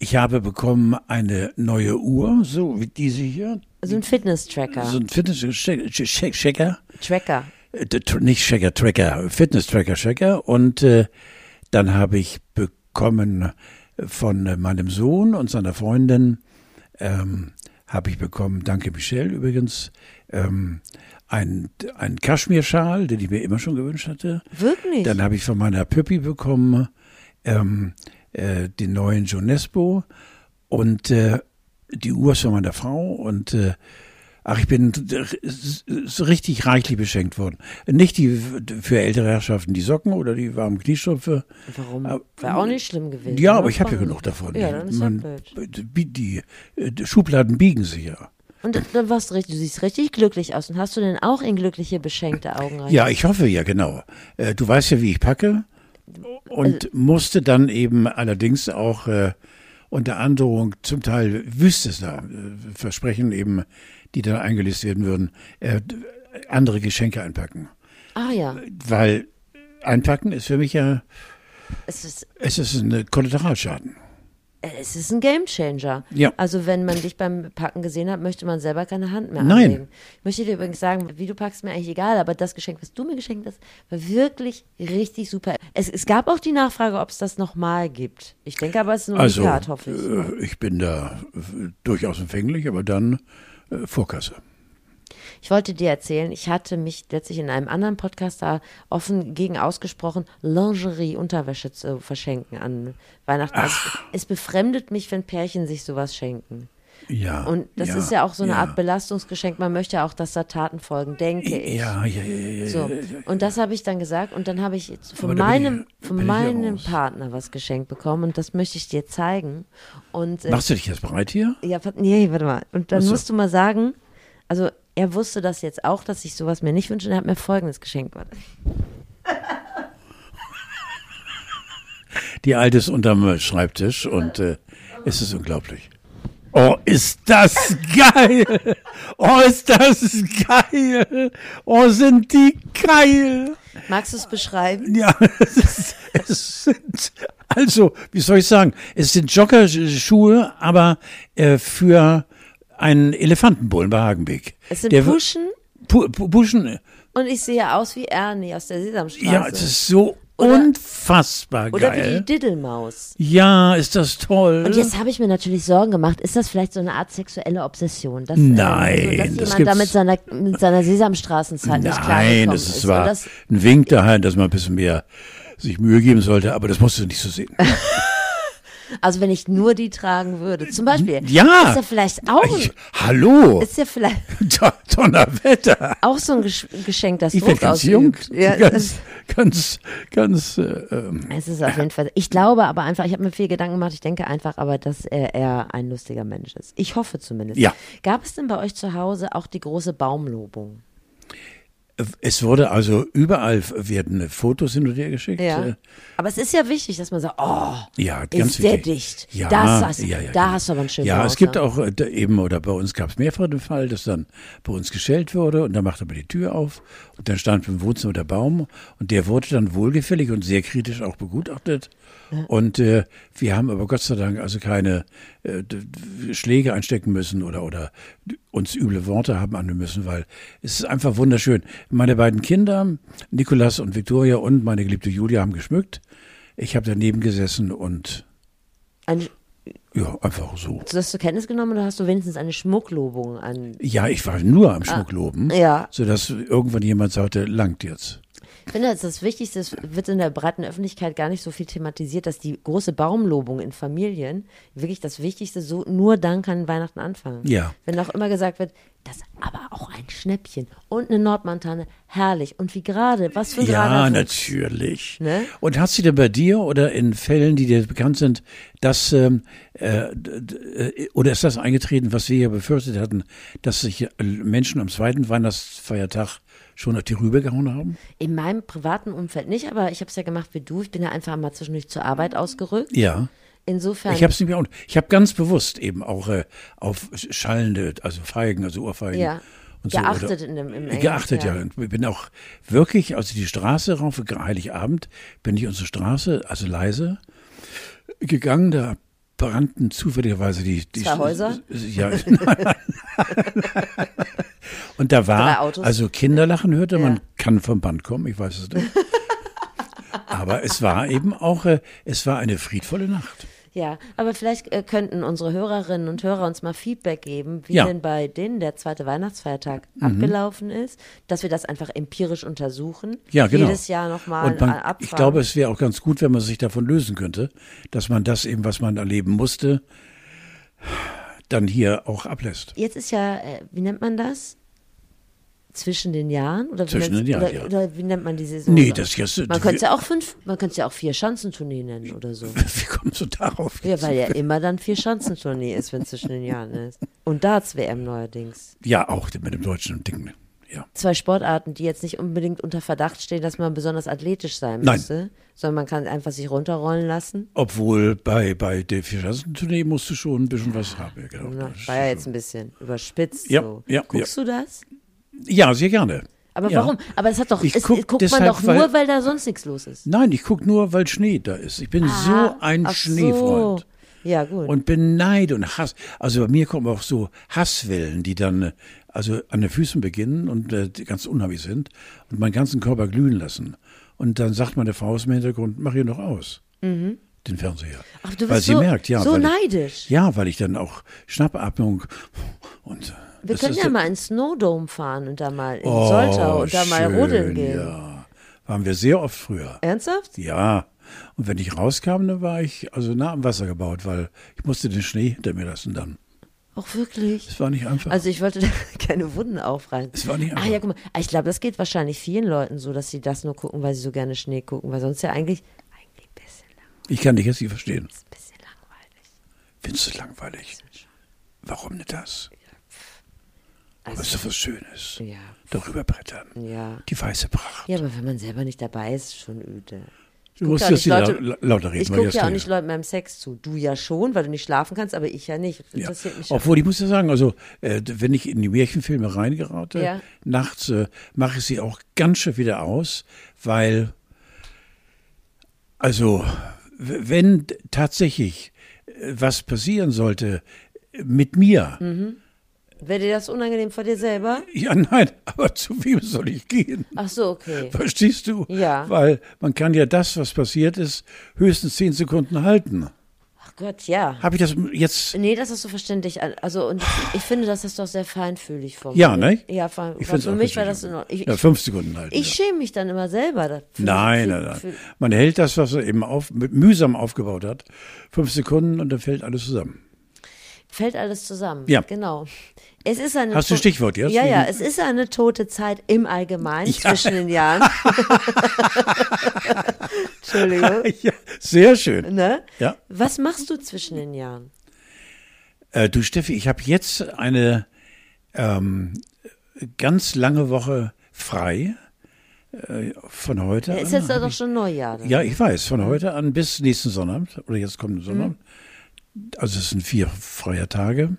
Speaker 2: ich habe bekommen eine neue Uhr, so wie diese hier.
Speaker 1: So ein Fitness-Tracker.
Speaker 2: So ein Fitness-Checker.
Speaker 1: Tracker.
Speaker 2: Äh, tr- nicht Checker, Tracker, Fitness-Tracker, Checker. Und äh, dann habe ich bekommen von äh, meinem Sohn und seiner Freundin, ähm, habe ich bekommen, danke Michelle übrigens, ähm, ein, ein Kaschmirschal, den ich mir immer schon gewünscht hatte.
Speaker 1: Wirklich?
Speaker 2: Dann habe ich von meiner Püppi bekommen ähm, äh, den neuen Jonesbo und äh, die Uhr ist von meiner Frau und äh, ach, ich bin r- s- s- richtig reichlich beschenkt worden. Nicht die für ältere Herrschaften die Socken oder die warmen Kniestrümpfe.
Speaker 1: Warum? Wäre auch nicht schlimm gewesen.
Speaker 2: Ja,
Speaker 1: ne?
Speaker 2: aber ich habe ja
Speaker 1: Von-
Speaker 2: genug davon.
Speaker 1: Ja, dann ist ja
Speaker 2: Man,
Speaker 1: blöd.
Speaker 2: die, die, äh, die Schubladen biegen sich ja.
Speaker 1: Und dann warst du richtig, du siehst richtig glücklich aus. Und hast du denn auch in glückliche, beschenkte Augen rein?
Speaker 2: Ja, ich hoffe ja, genau. Äh, Du weißt ja, wie ich packe
Speaker 1: Äh,
Speaker 2: und musste dann eben allerdings auch äh, unter Androhung zum Teil wüstester äh, Versprechen eben, die dann eingelöst werden würden, äh, d- andere Geschenke einpacken.
Speaker 1: Ah ja,
Speaker 2: Weil einpacken ist für mich ja,
Speaker 1: es ist
Speaker 2: es ist ein Kollateralschaden.
Speaker 1: Mhm. Es ist ein Gamechanger.
Speaker 2: Ja.
Speaker 1: Also wenn man dich beim Packen gesehen hat, möchte man selber keine Hand mehr
Speaker 2: Nein.
Speaker 1: anlegen. Ich möchte dir übrigens sagen, wie du packst, mir eigentlich egal, aber das Geschenk, was du mir geschenkt hast, war wirklich richtig super. Es, es gab auch die Nachfrage, ob es das nochmal gibt. Ich denke aber, es ist ein
Speaker 2: Also,
Speaker 1: Unikat, hoffe ich.
Speaker 2: äh, ich bin da äh, durchaus empfänglich, aber dann äh, Vorkasse.
Speaker 1: Ich wollte dir erzählen, ich hatte mich letztlich in einem anderen Podcast da offen gegen ausgesprochen, Lingerie, Unterwäsche zu verschenken an Weihnachten. Also, es befremdet mich, wenn Pärchen sich sowas schenken.
Speaker 2: Ja.
Speaker 1: Und das ist ja auch so eine Art Belastungsgeschenk. Man möchte ja auch, dass da Taten folgen, denke ich.
Speaker 2: Ja, ja, ja, ja. ja,
Speaker 1: So.
Speaker 2: ja, ja.
Speaker 1: Und das habe ich dann gesagt. Und dann habe ich jetzt von
Speaker 2: Aber da bin ich-
Speaker 1: meinem, von
Speaker 2: bin ich ja
Speaker 1: meinem
Speaker 2: raus.
Speaker 1: Partner was geschenkt bekommen. Und das möchte ich dir zeigen. Und äh,
Speaker 2: Machst du dich jetzt bereit hier?
Speaker 1: ja, pat- nee, warte mal. Und dann
Speaker 2: Ach so.
Speaker 1: musst du mal sagen, also er wusste das jetzt auch, dass ich sowas mir nicht wünsche. Und er hat mir folgendes geschenkt. Warte.
Speaker 2: Die alte ist unterm Schreibtisch und äh, es ist unglaublich. Oh, ist das geil! Oh, ist das geil! Oh, sind die geil!
Speaker 1: Magst du es beschreiben?
Speaker 2: Ja, [laughs] es, ist, es sind, also, wie soll ich sagen, es sind Joggerschuhe, aber äh, für einen Elefantenbullen bei Hagenbeek.
Speaker 1: Es sind
Speaker 2: Der-
Speaker 1: Puschen
Speaker 2: Pu Pu Puschen,
Speaker 1: und ich sehe aus wie Ernie aus der Sesamstraße.
Speaker 2: ja, es ist so
Speaker 1: Oder-
Speaker 2: unfassbar
Speaker 1: Oder wie
Speaker 2: geil.
Speaker 1: die Diddelmaus.
Speaker 2: Ja, ist das toll.
Speaker 1: Und jetzt habe ich mir natürlich Sorgen gemacht, ist das vielleicht so eine Art sexuelle Obsession? Dass, äh,
Speaker 2: Nein,
Speaker 1: so, dass
Speaker 2: das
Speaker 1: jemand
Speaker 2: gibt's-
Speaker 1: da mit seiner, mit seiner Sesamstraßenzeit nicht Also,
Speaker 2: Nein,
Speaker 1: klargekommen
Speaker 2: das ist
Speaker 1: ist.
Speaker 2: zwar
Speaker 1: Und das,
Speaker 2: ein Wink daheim, dass man ein bisschen mehr sich Mühe geben sollte, aber das musst du nicht
Speaker 1: [laughs]
Speaker 2: so sehen.
Speaker 1: also wenn ich nur die tragen würde, zum Beispiel,
Speaker 2: Ja.
Speaker 1: ist ja vielleicht auch,
Speaker 2: Ich,
Speaker 1: ein,
Speaker 2: hallo, [laughs]
Speaker 1: ist ja vielleicht
Speaker 2: Don- Donnerwetter.
Speaker 1: auch so ein Gesch Geschenk, das
Speaker 2: Ich
Speaker 1: Druck
Speaker 2: werde ganz jung,
Speaker 1: ausübt. Ja,
Speaker 2: ganz, ganz, ganz, äh, ähm,
Speaker 1: es ist auf jeden Fall. Ich glaube aber einfach, ich habe mir viel Gedanken gemacht. Ich denke einfach, aber dass er, er ein lustiger Mensch ist. Ich hoffe zumindest.
Speaker 2: Ja.
Speaker 1: Gab es denn bei euch zu Hause auch die große Baumlobung?
Speaker 2: es wurde also überall werden Fotos hin und her geschickt. äh,
Speaker 1: Ja. Aber es ist ja wichtig, dass man sagt, oh,
Speaker 2: Ja,
Speaker 1: Ist
Speaker 2: ganz
Speaker 1: sehr dicht.
Speaker 2: wichtig.
Speaker 1: Das hast- da
Speaker 2: genau.
Speaker 1: hast du aber einen schönen
Speaker 2: Ja,
Speaker 1: Ort,
Speaker 2: es gibt
Speaker 1: ne?
Speaker 2: auch äh, da eben, oder bei uns gab es mehrfach den Fall, dass dann bei uns gestellt wurde und dann machte man die Tür auf und dann stand im Wohnzimmer der Baum und der wurde dann wohlgefällig und sehr kritisch auch begutachtet. Und äh, wir haben aber Gott sei Dank also keine äh, d- d- Schläge einstecken müssen oder, oder uns üble Worte haben annehmen müssen, weil es ist einfach wunderschön. Meine beiden Kinder, Nikolas und Victoria und meine geliebte Julia haben geschmückt. Ich habe daneben gesessen und
Speaker 1: Ein,
Speaker 2: ja, einfach so.
Speaker 1: hast du das zur Kenntnis genommen oder hast du wenigstens eine Schmucklobung an?
Speaker 2: Ja, ich war nur am Schmuckloben,
Speaker 1: Ah. ja.
Speaker 2: sodass irgendwann jemand sagte, langt jetzt.
Speaker 1: Ich finde, das, ist das Wichtigste es wird in der breiten Öffentlichkeit gar nicht so viel thematisiert, dass die große Baumlobung in Familien wirklich das Wichtigste so nur dann kann Weihnachten anfangen.
Speaker 2: Ja.
Speaker 1: Wenn auch immer gesagt wird, das ist aber auch ein Schnäppchen und eine Nordmantanne, herrlich. Und wie gerade, was für ein
Speaker 2: Ja,
Speaker 1: gerader Fuchs.
Speaker 2: natürlich.
Speaker 1: Ne?
Speaker 2: Und hast du denn bei dir oder in Fällen, die dir bekannt sind, dass ähm, äh, d- d- äh, oder ist das eingetreten, was wir ja befürchtet hatten, dass sich äh, Menschen am zweiten Weihnachtsfeiertag schon auf die Rübe gehauen haben?
Speaker 1: In meinem privaten Umfeld nicht, aber ich habe es ja gemacht wie du. Ich bin ja einfach mal zwischendurch zur Arbeit ausgerückt.
Speaker 2: Ja.
Speaker 1: Insofern.
Speaker 2: Ich habe es nicht mehr. und Ich habe ganz bewusst eben auch äh, auf schallende, also Feigen, also Ohrfeigen.
Speaker 1: Ja.
Speaker 2: Und so,
Speaker 1: Geachtet
Speaker 2: oder,
Speaker 1: in dem- im Englischen,
Speaker 2: Geachtet, ja.
Speaker 1: ja.
Speaker 2: Ich bin auch wirklich, also die Straße rauf, Heiligabend, bin ich unsere Straße, also leise, gegangen. Da brannten zufälligerweise die. die
Speaker 1: Zwei Häuser?
Speaker 2: Ja, [laughs] nein, nein. Und da
Speaker 1: Drei
Speaker 2: war,
Speaker 1: Autos?
Speaker 2: also Kinderlachen hörte,
Speaker 1: Ja.
Speaker 2: man kann vom Band kommen, ich weiß
Speaker 1: [laughs]
Speaker 2: es nicht. Aber es war eben auch, äh, es war eine friedvolle Nacht.
Speaker 1: Ja, aber vielleicht äh, könnten unsere Hörerinnen und Hörer uns mal Feedback geben, wie
Speaker 2: Ja. Mhm.
Speaker 1: denn bei denen der zweite Weihnachtsfeiertag abgelaufen ist, dass wir das einfach empirisch untersuchen.
Speaker 2: Ja, genau.
Speaker 1: Jedes Jahr nochmal
Speaker 2: Und man,
Speaker 1: abfahren.
Speaker 2: ich glaube, es wäre auch ganz gut, wenn man sich davon lösen könnte, dass man das eben, was man erleben musste, dann hier auch ablässt.
Speaker 1: Jetzt ist ja, äh, wie nennt man das? Zwischen den Jahren? Oder wie
Speaker 2: Zwischen
Speaker 1: nennt's-
Speaker 2: den Jahren,
Speaker 1: oder,
Speaker 2: ja.
Speaker 1: oder wie nennt man die Saison?
Speaker 2: Nee, das ist jetzt-
Speaker 1: Man könnte es ja auch fünf, man könnte es ja auch vier Schanzentournee nennen oder so.
Speaker 2: [laughs] Wie kommst du darauf?
Speaker 1: Ja, weil ja immer dann vier Schanzentournee ist, wenn zwischen den Jahren ist. Und Darts-WM neuerdings.
Speaker 2: Ja, auch mit dem deutschen Ding. Ja.
Speaker 1: zwei Sportarten, die jetzt nicht unbedingt unter Verdacht stehen, dass man besonders athletisch sein
Speaker 2: Nein.
Speaker 1: müsste, sondern man kann einfach sich runterrollen lassen.
Speaker 2: Obwohl bei, bei der Fischersen-Tournee musst du schon ein bisschen was haben. Ja, genau.
Speaker 1: Na,
Speaker 2: Das ist
Speaker 1: war ja jetzt
Speaker 2: so.
Speaker 1: ein bisschen überspitzt.
Speaker 2: Ja,
Speaker 1: so.
Speaker 2: ja,
Speaker 1: Guckst du das?
Speaker 2: ja, sehr gerne.
Speaker 1: Aber
Speaker 2: ja.
Speaker 1: warum? Aber das hat doch,
Speaker 2: Ich
Speaker 1: es,
Speaker 2: guck
Speaker 1: guckt man
Speaker 2: deshalb,
Speaker 1: doch nur,
Speaker 2: weil-
Speaker 1: weil da sonst nichts los ist. Ah,
Speaker 2: Nein, ich gucke nur, weil Schnee da ist. Ich bin so ein
Speaker 1: Ach
Speaker 2: Schneefreund.
Speaker 1: So. Ja, gut.
Speaker 2: und beneide und Hass. Also bei mir kommen auch so Hasswellen, die dann äh, also an den Füßen beginnen und äh, die ganz unheimlich sind und meinen ganzen Körper glühen lassen. Und dann sagt meine Frau aus dem Hintergrund, mach ihn doch aus. Den Fernseher.
Speaker 1: Mhm. Ach, du
Speaker 2: weil
Speaker 1: bist
Speaker 2: sie
Speaker 1: so,
Speaker 2: merkt, ja.
Speaker 1: so
Speaker 2: weil
Speaker 1: neidisch.
Speaker 2: Ich, ja, weil ich dann auch Schnappatmung und äh,
Speaker 1: Wir
Speaker 2: das
Speaker 1: können
Speaker 2: ist
Speaker 1: ja
Speaker 2: so-
Speaker 1: mal ins Snowdome fahren und da mal in
Speaker 2: oh,
Speaker 1: Soltau und da mal
Speaker 2: schön,
Speaker 1: rodeln gehen.
Speaker 2: Ja. Waren wir sehr oft früher.
Speaker 1: Ernsthaft?
Speaker 2: Ja. Und wenn ich rauskam, dann war ich also nah am Wasser gebaut, weil ich musste den Schnee hinter mir lassen dann.
Speaker 1: Auch wirklich?
Speaker 2: Es war nicht einfach.
Speaker 1: Also ich wollte [laughs] da keine Wunden aufreißen.
Speaker 2: Es war nicht
Speaker 1: Ach
Speaker 2: einfach.
Speaker 1: ja, guck mal. Ah, Ich glaube, das geht wahrscheinlich vielen Leuten so, dass sie das nur gucken, weil sie so gerne Schnee gucken, weil sonst ja eigentlich eigentlich ein bisschen, lang-
Speaker 2: Ich kann dich jetzt nicht verstehen.
Speaker 1: ist ein bisschen langweilig.
Speaker 2: Findest du es langweilig? Warum nicht das? Aber es
Speaker 1: Also,
Speaker 2: ist doch was Schönes.
Speaker 1: ja,
Speaker 2: Darüber brettern.
Speaker 1: ja.
Speaker 2: Die weiße Pracht.
Speaker 1: Ja, aber wenn man selber nicht dabei ist, ist schon öde. Ich guck
Speaker 2: Du musst
Speaker 1: ja auch nicht
Speaker 2: jetzt wieder
Speaker 1: Leute-
Speaker 2: la- lauter reden.
Speaker 1: Ich
Speaker 2: weil
Speaker 1: gucke
Speaker 2: jetzt
Speaker 1: ja auch
Speaker 2: rede.
Speaker 1: nicht Leuten beim Sex zu. Du ja schon, weil du nicht schlafen kannst, aber ich ja nicht. Das
Speaker 2: Ja.
Speaker 1: interessiert mich
Speaker 2: Obwohl, ich muss ja sagen, also äh, d- wenn ich in die Märchenfilme reingerate,
Speaker 1: Ja.
Speaker 2: nachts äh, mache ich sie auch ganz schön wieder aus, weil also w- wenn d- tatsächlich äh, was passieren sollte äh, mit mir,
Speaker 1: Wäre dir das unangenehm vor dir selber?
Speaker 2: ja nein, aber zu wem soll ich gehen?
Speaker 1: Ach so, okay.
Speaker 2: Verstehst du?
Speaker 1: Ja.
Speaker 2: Weil man kann ja das, was passiert ist, höchstens zehn Sekunden halten.
Speaker 1: Ach Gott, ja.
Speaker 2: Habe ich das jetzt?
Speaker 1: Nee, das hast du verständlich. Also, und ich finde, das ist doch sehr feinfühlig von
Speaker 2: Ja,
Speaker 1: mir.
Speaker 2: ne?
Speaker 1: Ja, fein,
Speaker 2: Ich
Speaker 1: für
Speaker 2: find's auch
Speaker 1: also mich war
Speaker 2: ganz
Speaker 1: das in Ordnung. Ich,
Speaker 2: ja,
Speaker 1: ich,
Speaker 2: fünf Sekunden halten.
Speaker 1: ich schäme mich dann immer selber. dafür.
Speaker 2: Nein,
Speaker 1: Für-
Speaker 2: nein, nein.
Speaker 1: für-
Speaker 2: Man hält das, was er eben auf, mit, mühsam aufgebaut hat, fünf Sekunden und dann fällt
Speaker 1: [laughs]
Speaker 2: alles zusammen.
Speaker 1: Fällt alles zusammen.
Speaker 2: Ja.
Speaker 1: Genau. Es ist eine
Speaker 2: Hast du
Speaker 1: to-
Speaker 2: Stichwort jetzt? Mhm.
Speaker 1: Ja, ja, es ist eine tote Zeit im Allgemeinen zwischen den
Speaker 2: [laughs]
Speaker 1: Jahren. Entschuldigung.
Speaker 2: Ja, sehr schön.
Speaker 1: Ne?
Speaker 2: Ja.
Speaker 1: Was machst du zwischen den Jahren?
Speaker 2: Äh, du Steffi, ich habe jetzt eine ähm, ganz lange Woche frei äh, von heute.
Speaker 1: Ist
Speaker 2: an.
Speaker 1: jetzt doch schon Neujahr. ne?
Speaker 2: Ja, ich weiß, von heute an bis nächsten Sonnabend oder jetzt kommt Sonnabend. Also es sind vier freie Tage.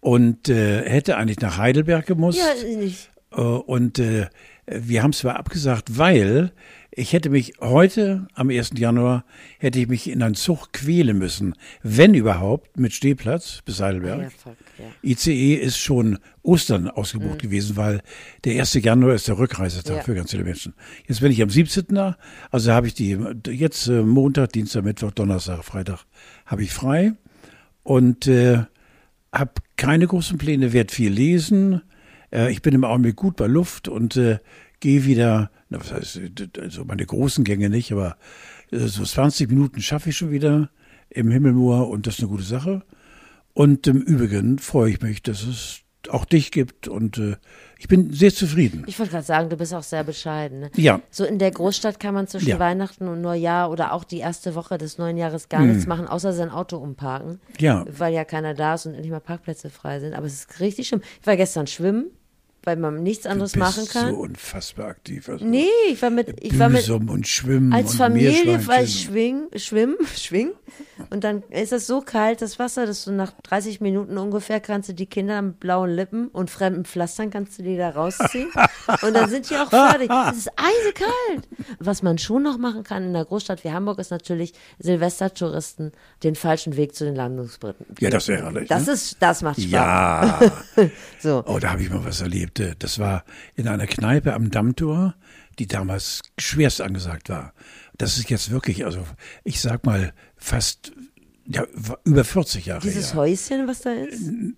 Speaker 2: Und äh, hätte eigentlich nach Heidelberg gemusst.
Speaker 1: Ja, nicht.
Speaker 2: Äh, und äh, wir haben es zwar abgesagt, weil Ich hätte mich heute, am 1. Januar, hätte ich mich in einen Zug quälen müssen, wenn überhaupt, mit Stehplatz bis Heidelberg.
Speaker 1: Ja, fuck, ja.
Speaker 2: ICE E ist schon Ostern ausgebucht gewesen, weil der 1. Januar ist der Rückreisetag
Speaker 1: Ja.
Speaker 2: für ganz viele Menschen. Jetzt bin ich am 17. da, also habe ich die, jetzt äh, Montag, Dienstag, Mittwoch, Donnerstag, Freitag habe ich frei und äh, habe keine großen Pläne, werde viel lesen. Äh, ich bin im Augenblick gut bei Luft und äh, gehe wieder, na, was heißt, äh, d- also meine großen Gänge nicht, aber äh, so 20 Minuten schaffe ich schon wieder im Himmelmoor und das ist eine gute Sache. Und im Übrigen freue ich mich, dass es auch dich gibt und äh, ich bin sehr zufrieden.
Speaker 1: Ich wollte gerade sagen, du bist auch sehr bescheiden. Ne?
Speaker 2: Ja.
Speaker 1: So in der Großstadt kann man zwischen
Speaker 2: Ja.
Speaker 1: Weihnachten und Neujahr oder auch die erste Woche des neuen Jahres gar nichts machen, außer sein Auto umparken.
Speaker 2: Mhm. Ja.
Speaker 1: Weil ja keiner da ist und nicht mal Parkplätze frei sind. Aber es ist richtig schlimm. Ich war gestern schwimmen, weil man nichts anderes
Speaker 2: Du bist
Speaker 1: machen kann.
Speaker 2: so unfassbar aktiv. Also
Speaker 1: nee, ich war mit, ich war mit,
Speaker 2: Büsum und Schwimmen
Speaker 1: als
Speaker 2: und
Speaker 1: Familie war
Speaker 2: Meerschweinchen.
Speaker 1: ich schwing, schwimmen, [laughs] schwing. Und dann ist es so kalt, das Wasser, dass du nach 30 Minuten ungefähr kannst du die Kinder mit blauen Lippen und fremden Pflastern kannst du die da rausziehen. und dann sind die auch fertig. Es ist eisekalt. Was man schon noch machen kann in einer Großstadt wie Hamburg ist natürlich Silvestertouristen den falschen Weg zu den Landungsbritten.
Speaker 2: Ja, das wäre herrlich.
Speaker 1: Das
Speaker 2: ne?
Speaker 1: ist, das macht Spaß.
Speaker 2: ja.
Speaker 1: So.
Speaker 2: Oh, da habe ich mal was erlebt. äh, Das war in einer Kneipe am Dammtor, die damals schwerst angesagt war. Das ist jetzt wirklich, also ich sag mal, fast ja, w- über 40 Jahre
Speaker 1: Dieses
Speaker 2: her.
Speaker 1: Häuschen, was da ist?
Speaker 2: Äh,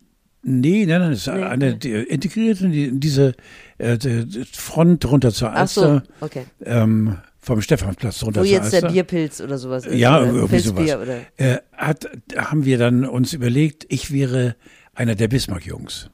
Speaker 2: Nee, nein, nein, das ist eine die, integriert in die- in diese äh, die, die Front runter zur
Speaker 1: Ach so,
Speaker 2: Alster,
Speaker 1: okay.
Speaker 2: ähm, vom Stephansplatz runter
Speaker 1: Wo
Speaker 2: zur
Speaker 1: jetzt
Speaker 2: Alster.
Speaker 1: der Bierpilz oder sowas ist.
Speaker 2: Ja,
Speaker 1: oder?
Speaker 2: irgendwie
Speaker 1: Pilzbier
Speaker 2: sowas.
Speaker 1: oder.
Speaker 2: Äh, hat, haben wir dann uns überlegt, ich wäre einer der Bismarck-Jungs.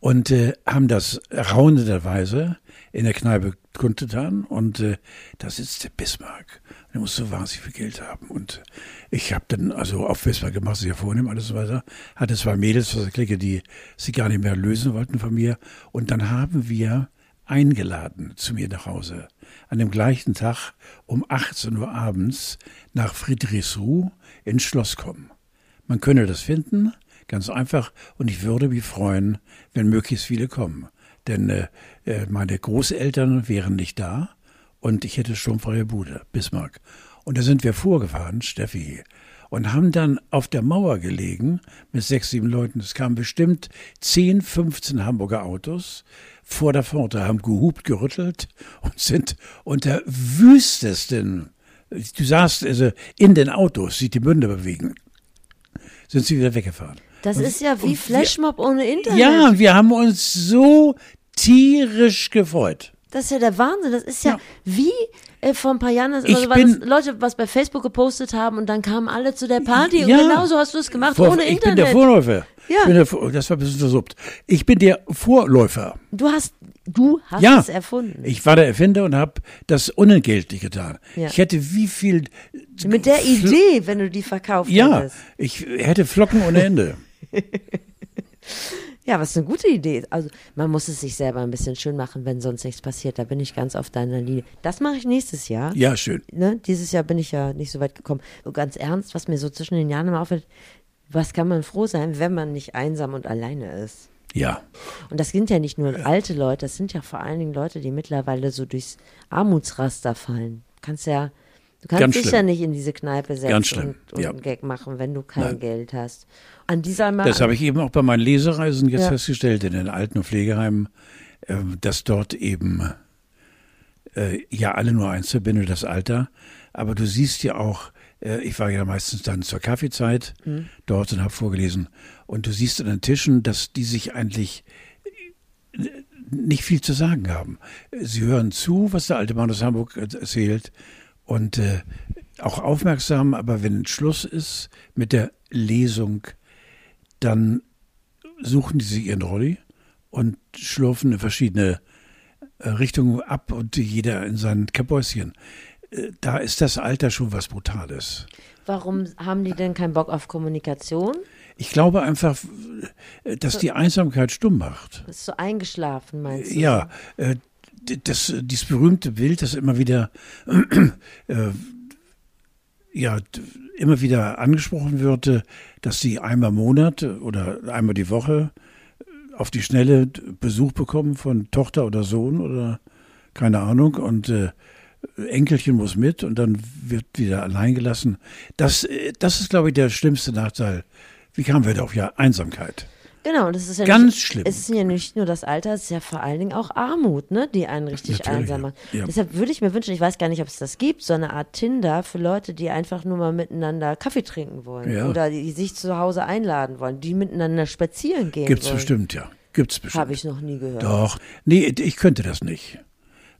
Speaker 2: Und äh, haben das raunenderweise in der Kneipe kundgetan. Und äh, da sitzt der Bismarck. Der muss so wahnsinnig viel Geld haben. Und ich habe dann, also auf Bismarck gemacht, sich ja vornehm, alles so weiter. Hatte zwei Mädels aus der Clique, die sie gar nicht mehr lösen wollten von mir. Und dann haben wir eingeladen zu mir nach Hause. An dem gleichen Tag um 18 Uhr abends nach Friedrichsruh ins Schloss kommen. Man könne das finden, ganz einfach, und ich würde mich freuen, wenn möglichst viele kommen. Denn äh, äh, meine Großeltern wären nicht da und ich hätte sturmfreie Bude, Bismarck. Und da sind wir vorgefahren, Steffi, und haben dann auf der Mauer gelegen mit sechs, sieben Leuten. Es kamen bestimmt 10, 15 Hamburger Autos vor der Pforte, haben gehupt, gerüttelt und sind unter wüstesten, du saßt also in den Autos, sieht die Bünde bewegen, sind sie wieder weggefahren.
Speaker 1: Das ist ja
Speaker 2: und
Speaker 1: wie
Speaker 2: wir-
Speaker 1: Flashmob ohne Internet.
Speaker 2: Ja, wir haben uns so tierisch gefreut.
Speaker 1: Das ist ja der Wahnsinn. Das ist ja,
Speaker 2: Ja.
Speaker 1: wie äh, vor ein paar Jahren, das- also,
Speaker 2: Ich
Speaker 1: war das
Speaker 2: bin-
Speaker 1: Leute was bei Facebook gepostet haben und dann kamen alle zu der Party.
Speaker 2: Ja.
Speaker 1: Und genauso hast du es gemacht,
Speaker 2: Vor-
Speaker 1: ohne
Speaker 2: ich bin der
Speaker 1: Internet.
Speaker 2: Vorläufer.
Speaker 1: Ja.
Speaker 2: Ich bin der, Vor- das war ein bisschen versuppt. Ich bin der Vorläufer.
Speaker 1: du hast, du hast
Speaker 2: Ja.
Speaker 1: es erfunden.
Speaker 2: Ich war der Erfinder und habe das unentgeltlich getan.
Speaker 1: Ja.
Speaker 2: Ich hätte wie viel.
Speaker 1: Mit der Idee, wenn du die verkauft
Speaker 2: Ja,
Speaker 1: hättest.
Speaker 2: ich hätte Flocken ohne Ende.
Speaker 1: Ja, was eine gute Idee. Also man muss es sich selber ein bisschen schön machen, wenn sonst nichts passiert. Da bin ich ganz auf deiner Linie. Das mache ich nächstes Jahr.
Speaker 2: ja, schön.
Speaker 1: ne, dieses Jahr bin ich ja nicht so weit gekommen. So ganz ernst, was mir so zwischen den Jahren immer auffällt, was kann man froh sein, wenn man nicht einsam und alleine ist?
Speaker 2: Ja.
Speaker 1: Und das sind ja nicht nur alte Leute, das sind ja vor allen Dingen Leute, die mittlerweile so durchs Armutsraster fallen. Du kannst ja, du kannst
Speaker 2: Ganz
Speaker 1: dich
Speaker 2: schlimm.
Speaker 1: ja nicht in diese Kneipe setzen
Speaker 2: Ganz schlimm,
Speaker 1: und, und
Speaker 2: ja.
Speaker 1: einen Gag machen, wenn du kein
Speaker 2: Nein.
Speaker 1: Geld hast. An dieser Mal
Speaker 2: Das habe ich eben auch bei meinen Lesereisen jetzt
Speaker 1: Ja.
Speaker 2: festgestellt, in den Alten- und Pflegeheimen, ähm, dass dort eben äh, ja alle nur eins verbindet, das Alter. Aber du siehst ja auch, äh, ich war ja meistens dann zur Kaffeezeit dort und habe vorgelesen. Und du siehst an den Tischen, dass die sich eigentlich äh, nicht viel zu sagen haben. Sie hören zu, was der alte Mann aus Hamburg erzählt und äh, auch aufmerksam, aber wenn Schluss ist mit der Lesung, dann suchen die sich ihren Rolli und schlurfen in verschiedene äh, Richtungen ab und jeder in sein Käppäuschen. Äh, Da ist das Alter schon was Brutales.
Speaker 1: warum haben die denn keinen Bock auf Kommunikation?
Speaker 2: Ich glaube einfach, äh, dass die Einsamkeit stumm macht.
Speaker 1: Das ist so eingeschlafen, meinst du?
Speaker 2: Ja, äh, d- das, äh, dieses berühmte Bild, das immer wieder, [clears throat] äh, ja, d- immer wieder angesprochen wird, äh, dass sie einmal im Monat oder einmal die Woche äh, auf die Schnelle d- Besuch bekommen von Tochter oder Sohn oder keine Ahnung und äh, Enkelchen muss mit und dann wird wieder allein gelassen. Das, äh, das ist, glaube ich, der schlimmste Nachteil. Wie kamen wir darauf? Ja, Einsamkeit.
Speaker 1: Genau, das ist ja
Speaker 2: Ganz
Speaker 1: nicht,
Speaker 2: schlimm.
Speaker 1: Es ist ja nicht nur das Alter, es ist ja vor allen Dingen auch Armut, ne, die einen richtig
Speaker 2: Natürlich,
Speaker 1: einsam
Speaker 2: ja.
Speaker 1: macht.
Speaker 2: Ja.
Speaker 1: Deshalb würde ich mir wünschen, ich weiß gar nicht, ob es das gibt, so eine Art Tinder für Leute, die einfach nur mal miteinander Kaffee trinken wollen
Speaker 2: Ja.
Speaker 1: oder die sich zu Hause einladen wollen, die miteinander spazieren gehen
Speaker 2: Gibt's
Speaker 1: wollen.
Speaker 2: bestimmt, ja. Gibt's bestimmt.
Speaker 1: Habe ich noch nie gehört.
Speaker 2: Doch. Nee, ich könnte das nicht.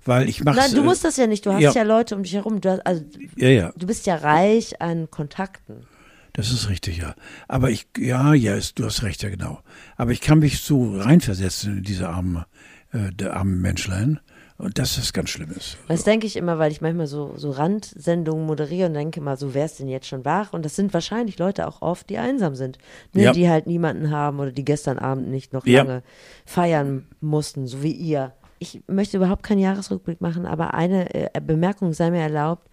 Speaker 2: Weil ich mache
Speaker 1: Nein, du musst das ja nicht, du hast ja,
Speaker 2: ja.
Speaker 1: Leute um dich herum, du, hast, also,
Speaker 2: Ja, ja,
Speaker 1: du bist ja reich an Kontakten.
Speaker 2: das ist richtig, ja. Aber ich, ja, ja, ist, du hast recht, ja, genau. Aber ich kann mich so reinversetzen in diese armen, äh, der armen Menschlein. Und dass das ganz schlimm ist.
Speaker 1: Das denke ich immer, weil ich manchmal so, so Randsendungen moderiere und denke mal, so wer ist denn jetzt schon wach? Und das sind wahrscheinlich Leute auch oft, die einsam sind, ne?
Speaker 2: Ja.
Speaker 1: die halt niemanden haben oder die gestern Abend nicht noch
Speaker 2: Ja.
Speaker 1: lange feiern mussten, so wie ihr. Ich möchte überhaupt keinen Jahresrückblick machen, aber eine äh, Bemerkung sei mir erlaubt.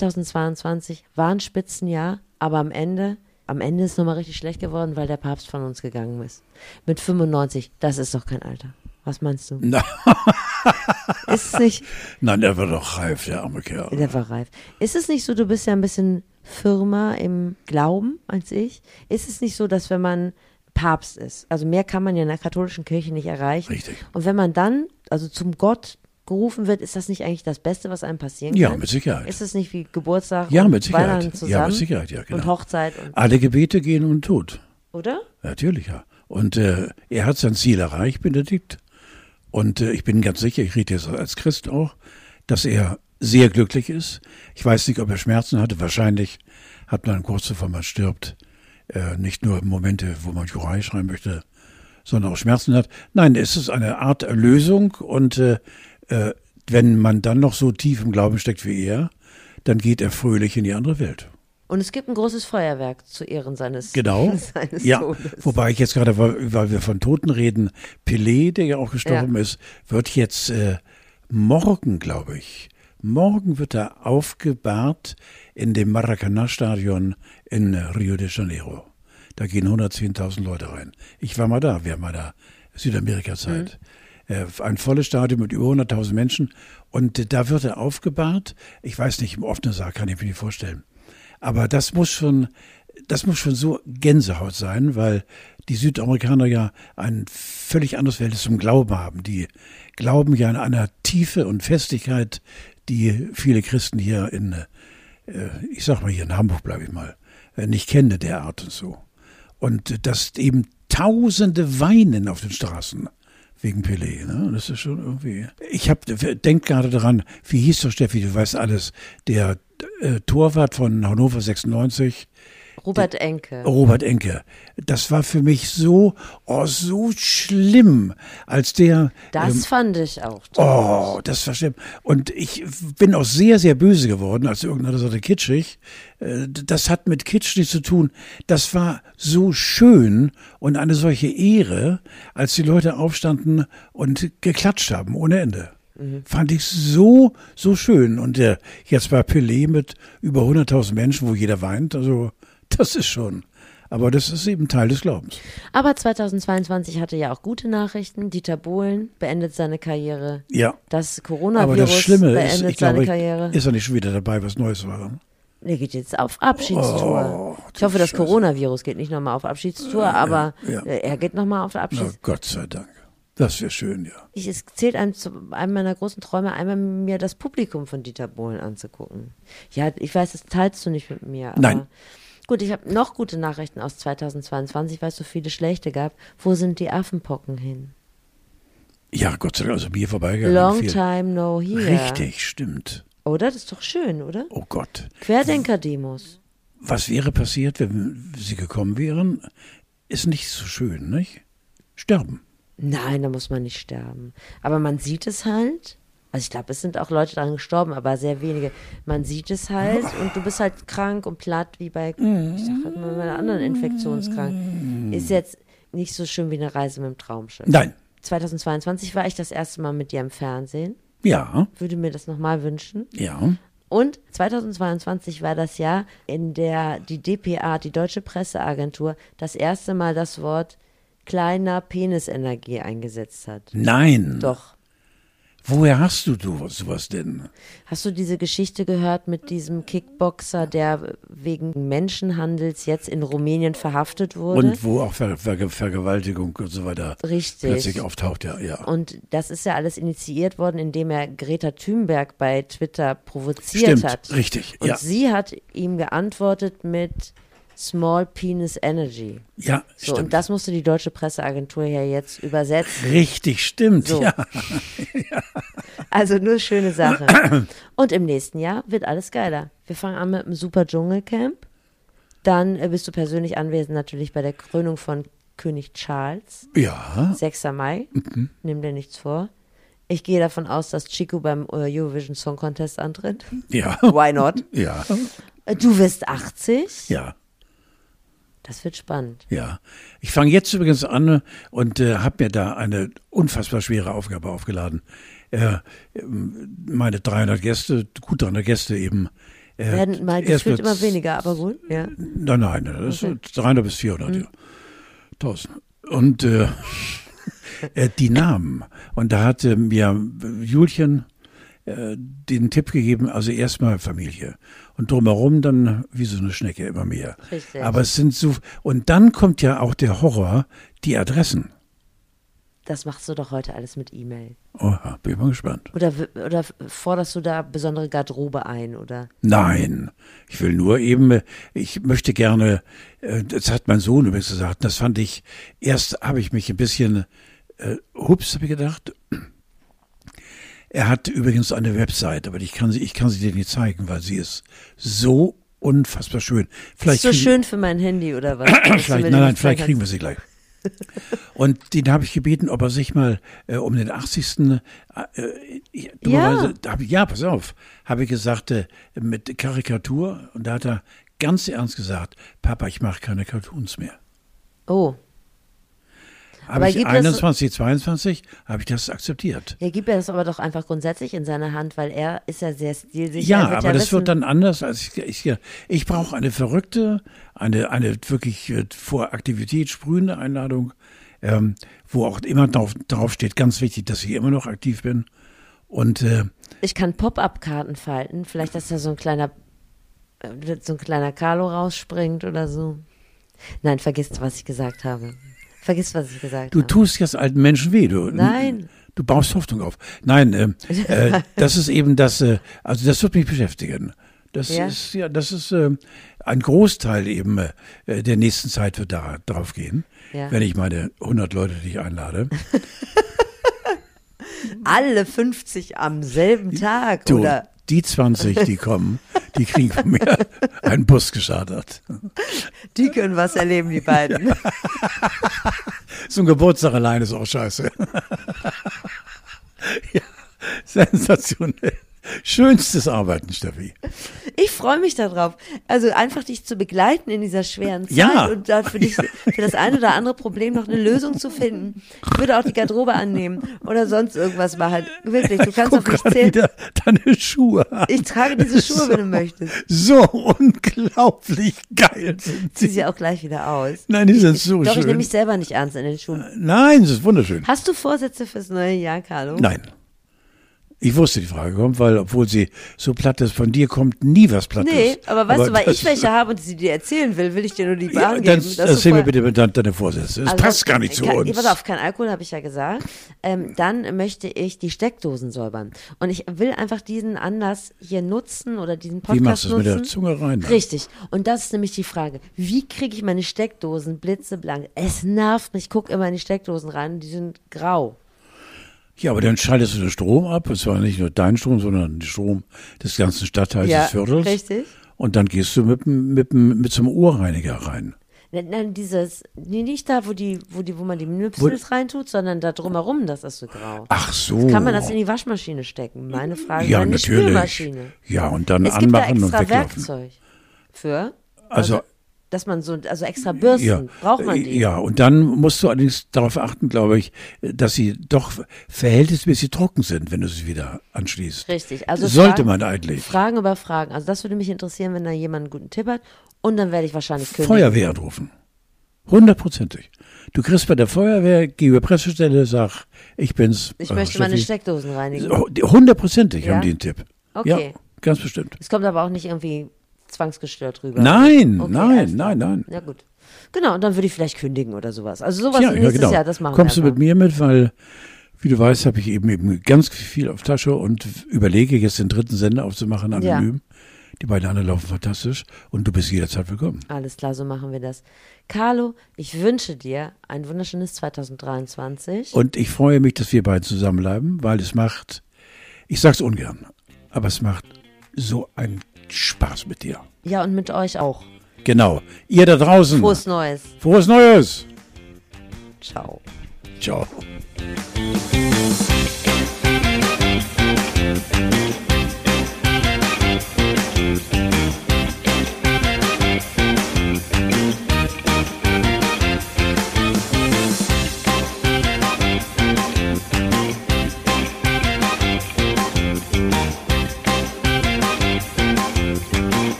Speaker 1: 2022 war ein Spitzenjahr, aber am Ende, am Ende ist nochmal richtig schlecht geworden, weil der Papst von uns gegangen ist. Mit 95, das ist doch kein Alter. Was meinst du?
Speaker 2: Na.
Speaker 1: ist es nicht,
Speaker 2: Nein, er war doch reif, der arme Kerl.
Speaker 1: der war reif. Ist es nicht so, du bist ja ein bisschen firmer im Glauben als ich? Ist es nicht so, dass wenn man Papst ist, also mehr kann man ja in der katholischen Kirche nicht erreichen.
Speaker 2: Richtig.
Speaker 1: Und wenn man dann, also zum Gott gerufen wird, ist das nicht eigentlich das Beste, was einem passieren
Speaker 2: Ja,
Speaker 1: kann?
Speaker 2: mit Sicherheit.
Speaker 1: Ist es nicht wie Geburtstag
Speaker 2: Ja,
Speaker 1: und
Speaker 2: mit Sicherheit.
Speaker 1: Weihnachten
Speaker 2: Ja,
Speaker 1: zusammen?
Speaker 2: mit Sicherheit, ja, genau.
Speaker 1: Und Hochzeit, und,
Speaker 2: Alle Gebete gehen und tot.
Speaker 1: oder?
Speaker 2: Natürlich, ja. Und äh, er hat sein Ziel erreicht, Benedikt. Und äh, ich bin ganz sicher, ich rede jetzt als Christ auch, dass er sehr glücklich ist. Ich weiß nicht, ob er Schmerzen hatte. Wahrscheinlich hat man kurz bevor man stirbt, äh, nicht nur Momente, wo man Jurei schreiben möchte, sondern auch Schmerzen hat. Nein, es ist eine Art Erlösung. Und äh, äh, wenn man dann noch so tief im Glauben steckt wie er, dann geht er fröhlich in die andere Welt.
Speaker 1: Und es gibt ein großes Feuerwerk zu Ehren seines,
Speaker 2: Genau.
Speaker 1: [laughs] seines
Speaker 2: ja.
Speaker 1: Todes.
Speaker 2: Wobei ich jetzt gerade, weil weil wir von Toten reden, Pelé, der ja auch gestorben ist, wird jetzt äh, morgen, glaube ich, morgen wird er aufgebahrt in dem Maracanã-Stadion in Rio de Janeiro. Da gehen 110.000 Leute rein. Ich war mal da, wir haben mal da, Südamerika-Zeit.
Speaker 1: Mhm.
Speaker 2: Äh, Ein volles Stadion mit über 100.000 Menschen. Und äh, da wird er aufgebahrt. Ich weiß nicht, im offenen Saal kann ich mir nicht vorstellen. Aber das muss schon, das muss schon so Gänsehaut sein, weil die Südamerikaner ja ein völlig anderes Verhältnis zum Glauben haben. Die glauben ja an einer Tiefe und Festigkeit, die viele Christen hier in, äh, ich sag mal hier in Hamburg bleibe ich mal, äh, nicht kennen in der Art und so. Und äh, dass eben Tausende weinen auf den Straßen wegen Pelé. Ne? Und Das ist schon irgendwie. Ich hab, äh, denk gerade daran, wie hieß doch Steffi, du weißt alles, der äh, Torwart von Hannover 96,
Speaker 1: Robert Enke.
Speaker 2: Robert Enke. Das war für mich so, oh, so schlimm, als der.
Speaker 1: das fand ich auch toll.
Speaker 2: ähm, Oh, das war schlimm. Und ich bin auch sehr, sehr böse geworden, als irgendeiner sagte, kitschig. Äh, Das hat mit Kitsch nichts zu tun. Das war so schön und eine solche Ehre, als die Leute aufstanden und geklatscht haben, ohne Ende.
Speaker 1: Mhm.
Speaker 2: Fand ich so, so schön. Und äh, jetzt war Pelé mit über 100.000 Menschen, wo jeder weint. Also, das ist schon. Aber das ist eben Teil des Glaubens.
Speaker 1: Aber 2022 hatte ja auch gute Nachrichten. Dieter Bohlen beendet seine Karriere.
Speaker 2: Ja.
Speaker 1: Das
Speaker 2: Aber
Speaker 1: Coronavirus
Speaker 2: das Schlimme ist,
Speaker 1: beendet
Speaker 2: ich
Speaker 1: seine
Speaker 2: glaube,
Speaker 1: Karriere.
Speaker 2: ist er nicht schon wieder dabei, was Neues war.
Speaker 1: Der geht jetzt auf Abschiedstour. ich hoffe, das Coronavirus geht nicht nochmal auf Abschiedstour, aber
Speaker 2: Oh, ja.
Speaker 1: äh, er geht nochmal auf
Speaker 2: Na,
Speaker 1: Abschiedstour.
Speaker 2: Oh, Gott sei Dank. Das wäre schön, ja.
Speaker 1: Ich, es zählt einem zu einem meiner großen Träume, einmal mir das Publikum von Dieter Bohlen anzugucken. Ja, ich weiß, das teilst du nicht mit mir. Aber
Speaker 2: Nein.
Speaker 1: Gut, ich habe noch gute Nachrichten aus 2022, weil es so viele schlechte gab. Wo sind die Affenpocken hin?
Speaker 2: Ja, Gott sei Dank, also mir vorbeigegangen.
Speaker 1: Long
Speaker 2: viel.
Speaker 1: time no here.
Speaker 2: Richtig, stimmt.
Speaker 1: Oder? Das ist doch schön, oder?
Speaker 2: Oh Gott.
Speaker 1: Querdenker-Demos.
Speaker 2: Was wäre passiert, wenn sie gekommen wären? Ist nicht so schön, nicht? Sterben.
Speaker 1: Nein, da muss man nicht sterben. Aber man sieht es halt. Also ich glaube, es sind auch Leute daran gestorben, aber sehr wenige. Man sieht es halt und du bist halt krank und platt wie bei, ich sag halt mal, bei anderen Infektionskranken. Ist jetzt nicht so schön wie eine Reise mit dem Traumschiff.
Speaker 2: Nein.
Speaker 1: 2022 war ich das erste Mal mit dir im Fernsehen.
Speaker 2: Ja,
Speaker 1: Würde mir das nochmal wünschen.
Speaker 2: ja.
Speaker 1: Und 2022 war das Jahr, in der die DPA, die Deutsche Presseagentur, das erste Mal das Wort kleiner Penisenergie eingesetzt hat.
Speaker 2: Nein.
Speaker 1: Doch.
Speaker 2: Woher hast du sowas, sowas denn?
Speaker 1: Hast du diese Geschichte gehört mit diesem Kickboxer, der wegen Menschenhandels jetzt in Rumänien verhaftet wurde?
Speaker 2: Und wo auch Ver Ver Vergewaltigung und so weiter
Speaker 1: Richtig.
Speaker 2: plötzlich auftaucht, ja, ja.
Speaker 1: Und das ist ja alles initiiert worden, indem er Greta Thunberg bei Twitter provoziert
Speaker 2: Stimmt,
Speaker 1: hat.
Speaker 2: richtig,
Speaker 1: Und
Speaker 2: ja.
Speaker 1: sie hat ihm geantwortet mit Small Penis Energy.
Speaker 2: Ja,
Speaker 1: So,
Speaker 2: stimmt.
Speaker 1: und das musste die deutsche Presseagentur ja jetzt übersetzen.
Speaker 2: Richtig, stimmt,
Speaker 1: So.
Speaker 2: ja.
Speaker 1: Also nur schöne
Speaker 2: [clears throat]
Speaker 1: Sache. Und im nächsten Jahr wird alles geiler. Wir fangen an mit dem Super Dschungelcamp. Dann äh, bist du persönlich anwesend natürlich bei der Krönung von König Charles,
Speaker 2: Ja,
Speaker 1: 6. Mai.
Speaker 2: Mhm.
Speaker 1: Nimm dir nichts vor. Ich gehe davon aus, dass Chico beim äh, Eurovision Song Contest antritt.
Speaker 2: [laughs] ja,
Speaker 1: [laughs] Why not?
Speaker 2: ja,
Speaker 1: Äh, Du wirst 80.
Speaker 2: ja.
Speaker 1: Das wird spannend.
Speaker 2: Ja, ich fange jetzt übrigens an und äh, habe mir da eine unfassbar schwere Aufgabe aufgeladen. Äh, ähm, meine 300 Gäste, gut 300 Gäste eben. Äh,
Speaker 1: Werden mal
Speaker 2: erst
Speaker 1: gefühlt
Speaker 2: mit-
Speaker 1: immer weniger, aber gut. Ja.
Speaker 2: Nein, nein, nein, das ist 300 bis 400, ja. 1000. Und äh, [laughs] äh, die Namen. Und da hatte mir Julchen äh, den Tipp gegeben, also erstmal Familie. Und drumherum dann wie so eine Schnecke immer mehr.
Speaker 1: Richtig.
Speaker 2: Aber es sind so. Und dann kommt ja auch der Horror, die Adressen.
Speaker 1: Das machst du doch heute alles mit E-Mail.
Speaker 2: Oha, Oh, bin ich mal gespannt.
Speaker 1: Oder, w- oder forderst du da besondere Garderobe ein, oder?
Speaker 2: Nein, ich will nur eben, äh, ich möchte gerne, äh, das hat mein Sohn übrigens gesagt, das fand ich, erst habe ich mich ein bisschen, äh, hups, habe ich gedacht. Er hat übrigens eine Website, aber ich kann sie, ich kann sie dir nicht zeigen, weil sie ist so unfassbar schön. Vielleicht
Speaker 1: Ist so
Speaker 2: kriegen-
Speaker 1: schön für mein Handy, oder
Speaker 2: [clears throat]
Speaker 1: was? Dass du mir
Speaker 2: Vielleicht,
Speaker 1: den
Speaker 2: nein, nein,
Speaker 1: nicht
Speaker 2: vielleicht
Speaker 1: zeigen
Speaker 2: kriegen wir sie gleich. Und den habe ich gebeten, ob er sich mal äh, um den 80. Äh, äh, dummerweise, da hab, ich- ja, pass auf, habe ich gesagt, äh, mit Karikatur. Und da hat er ganz ernst gesagt, Papa, ich mache keine Cartoons mehr.
Speaker 1: kannst. Oh,
Speaker 2: Habe
Speaker 1: Aber
Speaker 2: ich
Speaker 1: gibt es-
Speaker 2: 21, 22, habe ich das akzeptiert.
Speaker 1: ja, gib mir das aber doch einfach grundsätzlich in seine Hand, weil er ist ja sehr stilsicher.
Speaker 2: Ja,
Speaker 1: Er wird
Speaker 2: aber das
Speaker 1: wissen-
Speaker 2: wird dann anders als ich. Ich, äh, ich brauche eine verrückte, eine, eine wirklich äh, vor Aktivität sprühende Einladung, ähm, wo auch immer drauf, drauf steht, ganz wichtig, dass ich immer noch aktiv bin. Und äh,
Speaker 1: Ich kann Pop-up-Karten falten. Vielleicht, dass da so ein kleiner, äh, so ein kleiner Carlo rausspringt oder so. Nein, vergiss, was ich gesagt habe. Vergiss, was ich gesagt
Speaker 2: du
Speaker 1: habe.
Speaker 2: tust jetzt alten Menschen weh, du.
Speaker 1: Nein.
Speaker 2: Du baust Hoffnung auf. Nein, ähm,
Speaker 1: [laughs]
Speaker 2: äh, das ist eben das, äh, also das wird mich beschäftigen. Das
Speaker 1: Ja.
Speaker 2: ist ja, das ist ähm, ein Großteil eben äh, der nächsten Zeit wird da drauf gehen,
Speaker 1: Ja.
Speaker 2: wenn ich meine 100 Leute, die ich einlade.
Speaker 1: Alle 50 am selben Tag,
Speaker 2: Du,
Speaker 1: oder?
Speaker 2: die 20, die kommen, die kriegen von mir [laughs] einen Bus geschartert.
Speaker 1: Die können was erleben, die
Speaker 2: [laughs]
Speaker 1: beiden.
Speaker 2: So ein Geburtstag allein ist auch scheiße. [laughs] ja, sensationell. Schönstes Arbeiten, Steffi.
Speaker 1: Ich freue mich darauf. Also einfach dich zu begleiten in dieser schweren Zeit
Speaker 2: Ja.
Speaker 1: und da für, dich, für das ein oder andere Problem noch eine Lösung zu finden. Ich würde auch die Garderobe annehmen oder sonst irgendwas machen. Wirklich, du kannst auf
Speaker 2: Guck
Speaker 1: mich
Speaker 2: gerade
Speaker 1: zählen.
Speaker 2: wieder deine Schuhe an.
Speaker 1: Ich trage diese Schuhe, wenn du
Speaker 2: [laughs]
Speaker 1: möchtest.
Speaker 2: So unglaublich geil sind
Speaker 1: Zieh
Speaker 2: die.
Speaker 1: sie auch gleich wieder aus.
Speaker 2: Nein, die sind so
Speaker 1: Doch, ich nehme
Speaker 2: schön.
Speaker 1: mich selber nicht ernst in den Schuhen.
Speaker 2: Nein, das ist wunderschön.
Speaker 1: Hast du Vorsätze fürs neue Jahr, Carlo?
Speaker 2: Nein. Ich wusste, die Frage kommt, weil obwohl sie so platt ist, von dir kommt nie was Plattes.
Speaker 1: Nee, aber weißt du, weil
Speaker 2: das-
Speaker 1: ich welche habe und sie dir erzählen will, will ich dir nur die
Speaker 2: Ja,
Speaker 1: Bahn
Speaker 2: dann
Speaker 1: geben. dass du
Speaker 2: erzähl mir
Speaker 1: vorher-
Speaker 2: bitte dann deine Vorsätze. Das
Speaker 1: Also,
Speaker 2: passt gar nicht zu
Speaker 1: kein,
Speaker 2: uns.
Speaker 1: Pass auf, kein Alkohol, habe ich ja gesagt. Ähm, dann möchte ich die Steckdosen säubern. Und ich will einfach diesen Anlass hier nutzen oder diesen Podcast
Speaker 2: Wie machst du es
Speaker 1: nutzen.
Speaker 2: mit der Zunge rein? ne? dann?
Speaker 1: Richtig. Und das ist nämlich die Frage. Wie kriege ich meine Steckdosen blitzeblank? Es nervt mich. Ich gucke immer in die Steckdosen rein und die sind grau.
Speaker 2: Ja, aber dann schaltest du den Strom ab. Es war nicht nur dein Strom, sondern der Strom des ganzen Stadtteils
Speaker 1: Ja,
Speaker 2: des Viertels.
Speaker 1: richtig.
Speaker 2: Und dann gehst du mit, dem- mit, dem- mit so einem Ohrreiniger rein.
Speaker 1: Nein, nein, dieses, nee, nicht da, wo die, wo die, wo man die
Speaker 2: Wo-
Speaker 1: Nüpsel reintut, sondern da drumherum, das ist so grau.
Speaker 2: Ach so.
Speaker 1: Kann man das in die Waschmaschine stecken? Meine Frage.
Speaker 2: ja,
Speaker 1: Oder in die
Speaker 2: natürlich.
Speaker 1: Spülmaschine.
Speaker 2: Ja, und dann
Speaker 1: Es gibt da
Speaker 2: anmachen und
Speaker 1: extra
Speaker 2: weglaufen.
Speaker 1: Werkzeug für.
Speaker 2: Also-
Speaker 1: dass man so, also extra Bürsten,
Speaker 2: Ja, Äh,
Speaker 1: braucht man die.
Speaker 2: ja, und dann musst du allerdings darauf achten, glaube ich, dass sie doch verhältnismäßig trocken sind, wenn du sie wieder anschließt.
Speaker 1: Richtig. Also
Speaker 2: Sollte
Speaker 1: Fragen-
Speaker 2: man eigentlich.
Speaker 1: Fragen über Fragen. Also das würde mich interessieren, wenn da jemand einen guten Tipp hat. Und dann werde ich wahrscheinlich kündigen.
Speaker 2: Feuerwehr rufen. Hundertprozentig. Du kriegst bei der Feuerwehr, geh über Pressestelle, sag, ich bin's.
Speaker 1: Ich
Speaker 2: äh,
Speaker 1: möchte meine
Speaker 2: Steffi.
Speaker 1: Steckdosen reinigen.
Speaker 2: Oh, die- Hundertprozentig
Speaker 1: Ja?
Speaker 2: haben die einen Tipp.
Speaker 1: Okay.
Speaker 2: Ja, ganz bestimmt.
Speaker 1: Es kommt aber auch nicht irgendwie zwangsgestört rüber.
Speaker 2: Nein,
Speaker 1: Okay,
Speaker 2: nein,
Speaker 1: alles klar.
Speaker 2: nein, nein.
Speaker 1: Ja, gut. Genau, und dann würde ich vielleicht kündigen oder sowas. Also sowas
Speaker 2: ja, ja,
Speaker 1: nächstes
Speaker 2: genau.
Speaker 1: Jahr, das machen
Speaker 2: Kommst
Speaker 1: wir.
Speaker 2: du mit mir mit, weil, wie du weißt, habe ich eben eben ganz viel auf Tasche und überlege, jetzt den dritten Sender aufzumachen,
Speaker 1: Ja.
Speaker 2: anonym. Die beiden anderen laufen fantastisch und du bist jederzeit willkommen.
Speaker 1: Alles klar, so machen wir das. Carlo, ich wünsche dir ein wunderschönes 2023.
Speaker 2: Und ich freue mich, dass wir beide zusammenbleiben, weil es macht, ich sag's ungern, aber es macht so einen Spaß mit dir.
Speaker 1: ja, und mit euch auch.
Speaker 2: Genau. Ihr da draußen.
Speaker 1: Frohes Neues.
Speaker 2: Frohes Neues.
Speaker 1: Ciao.
Speaker 2: Ciao.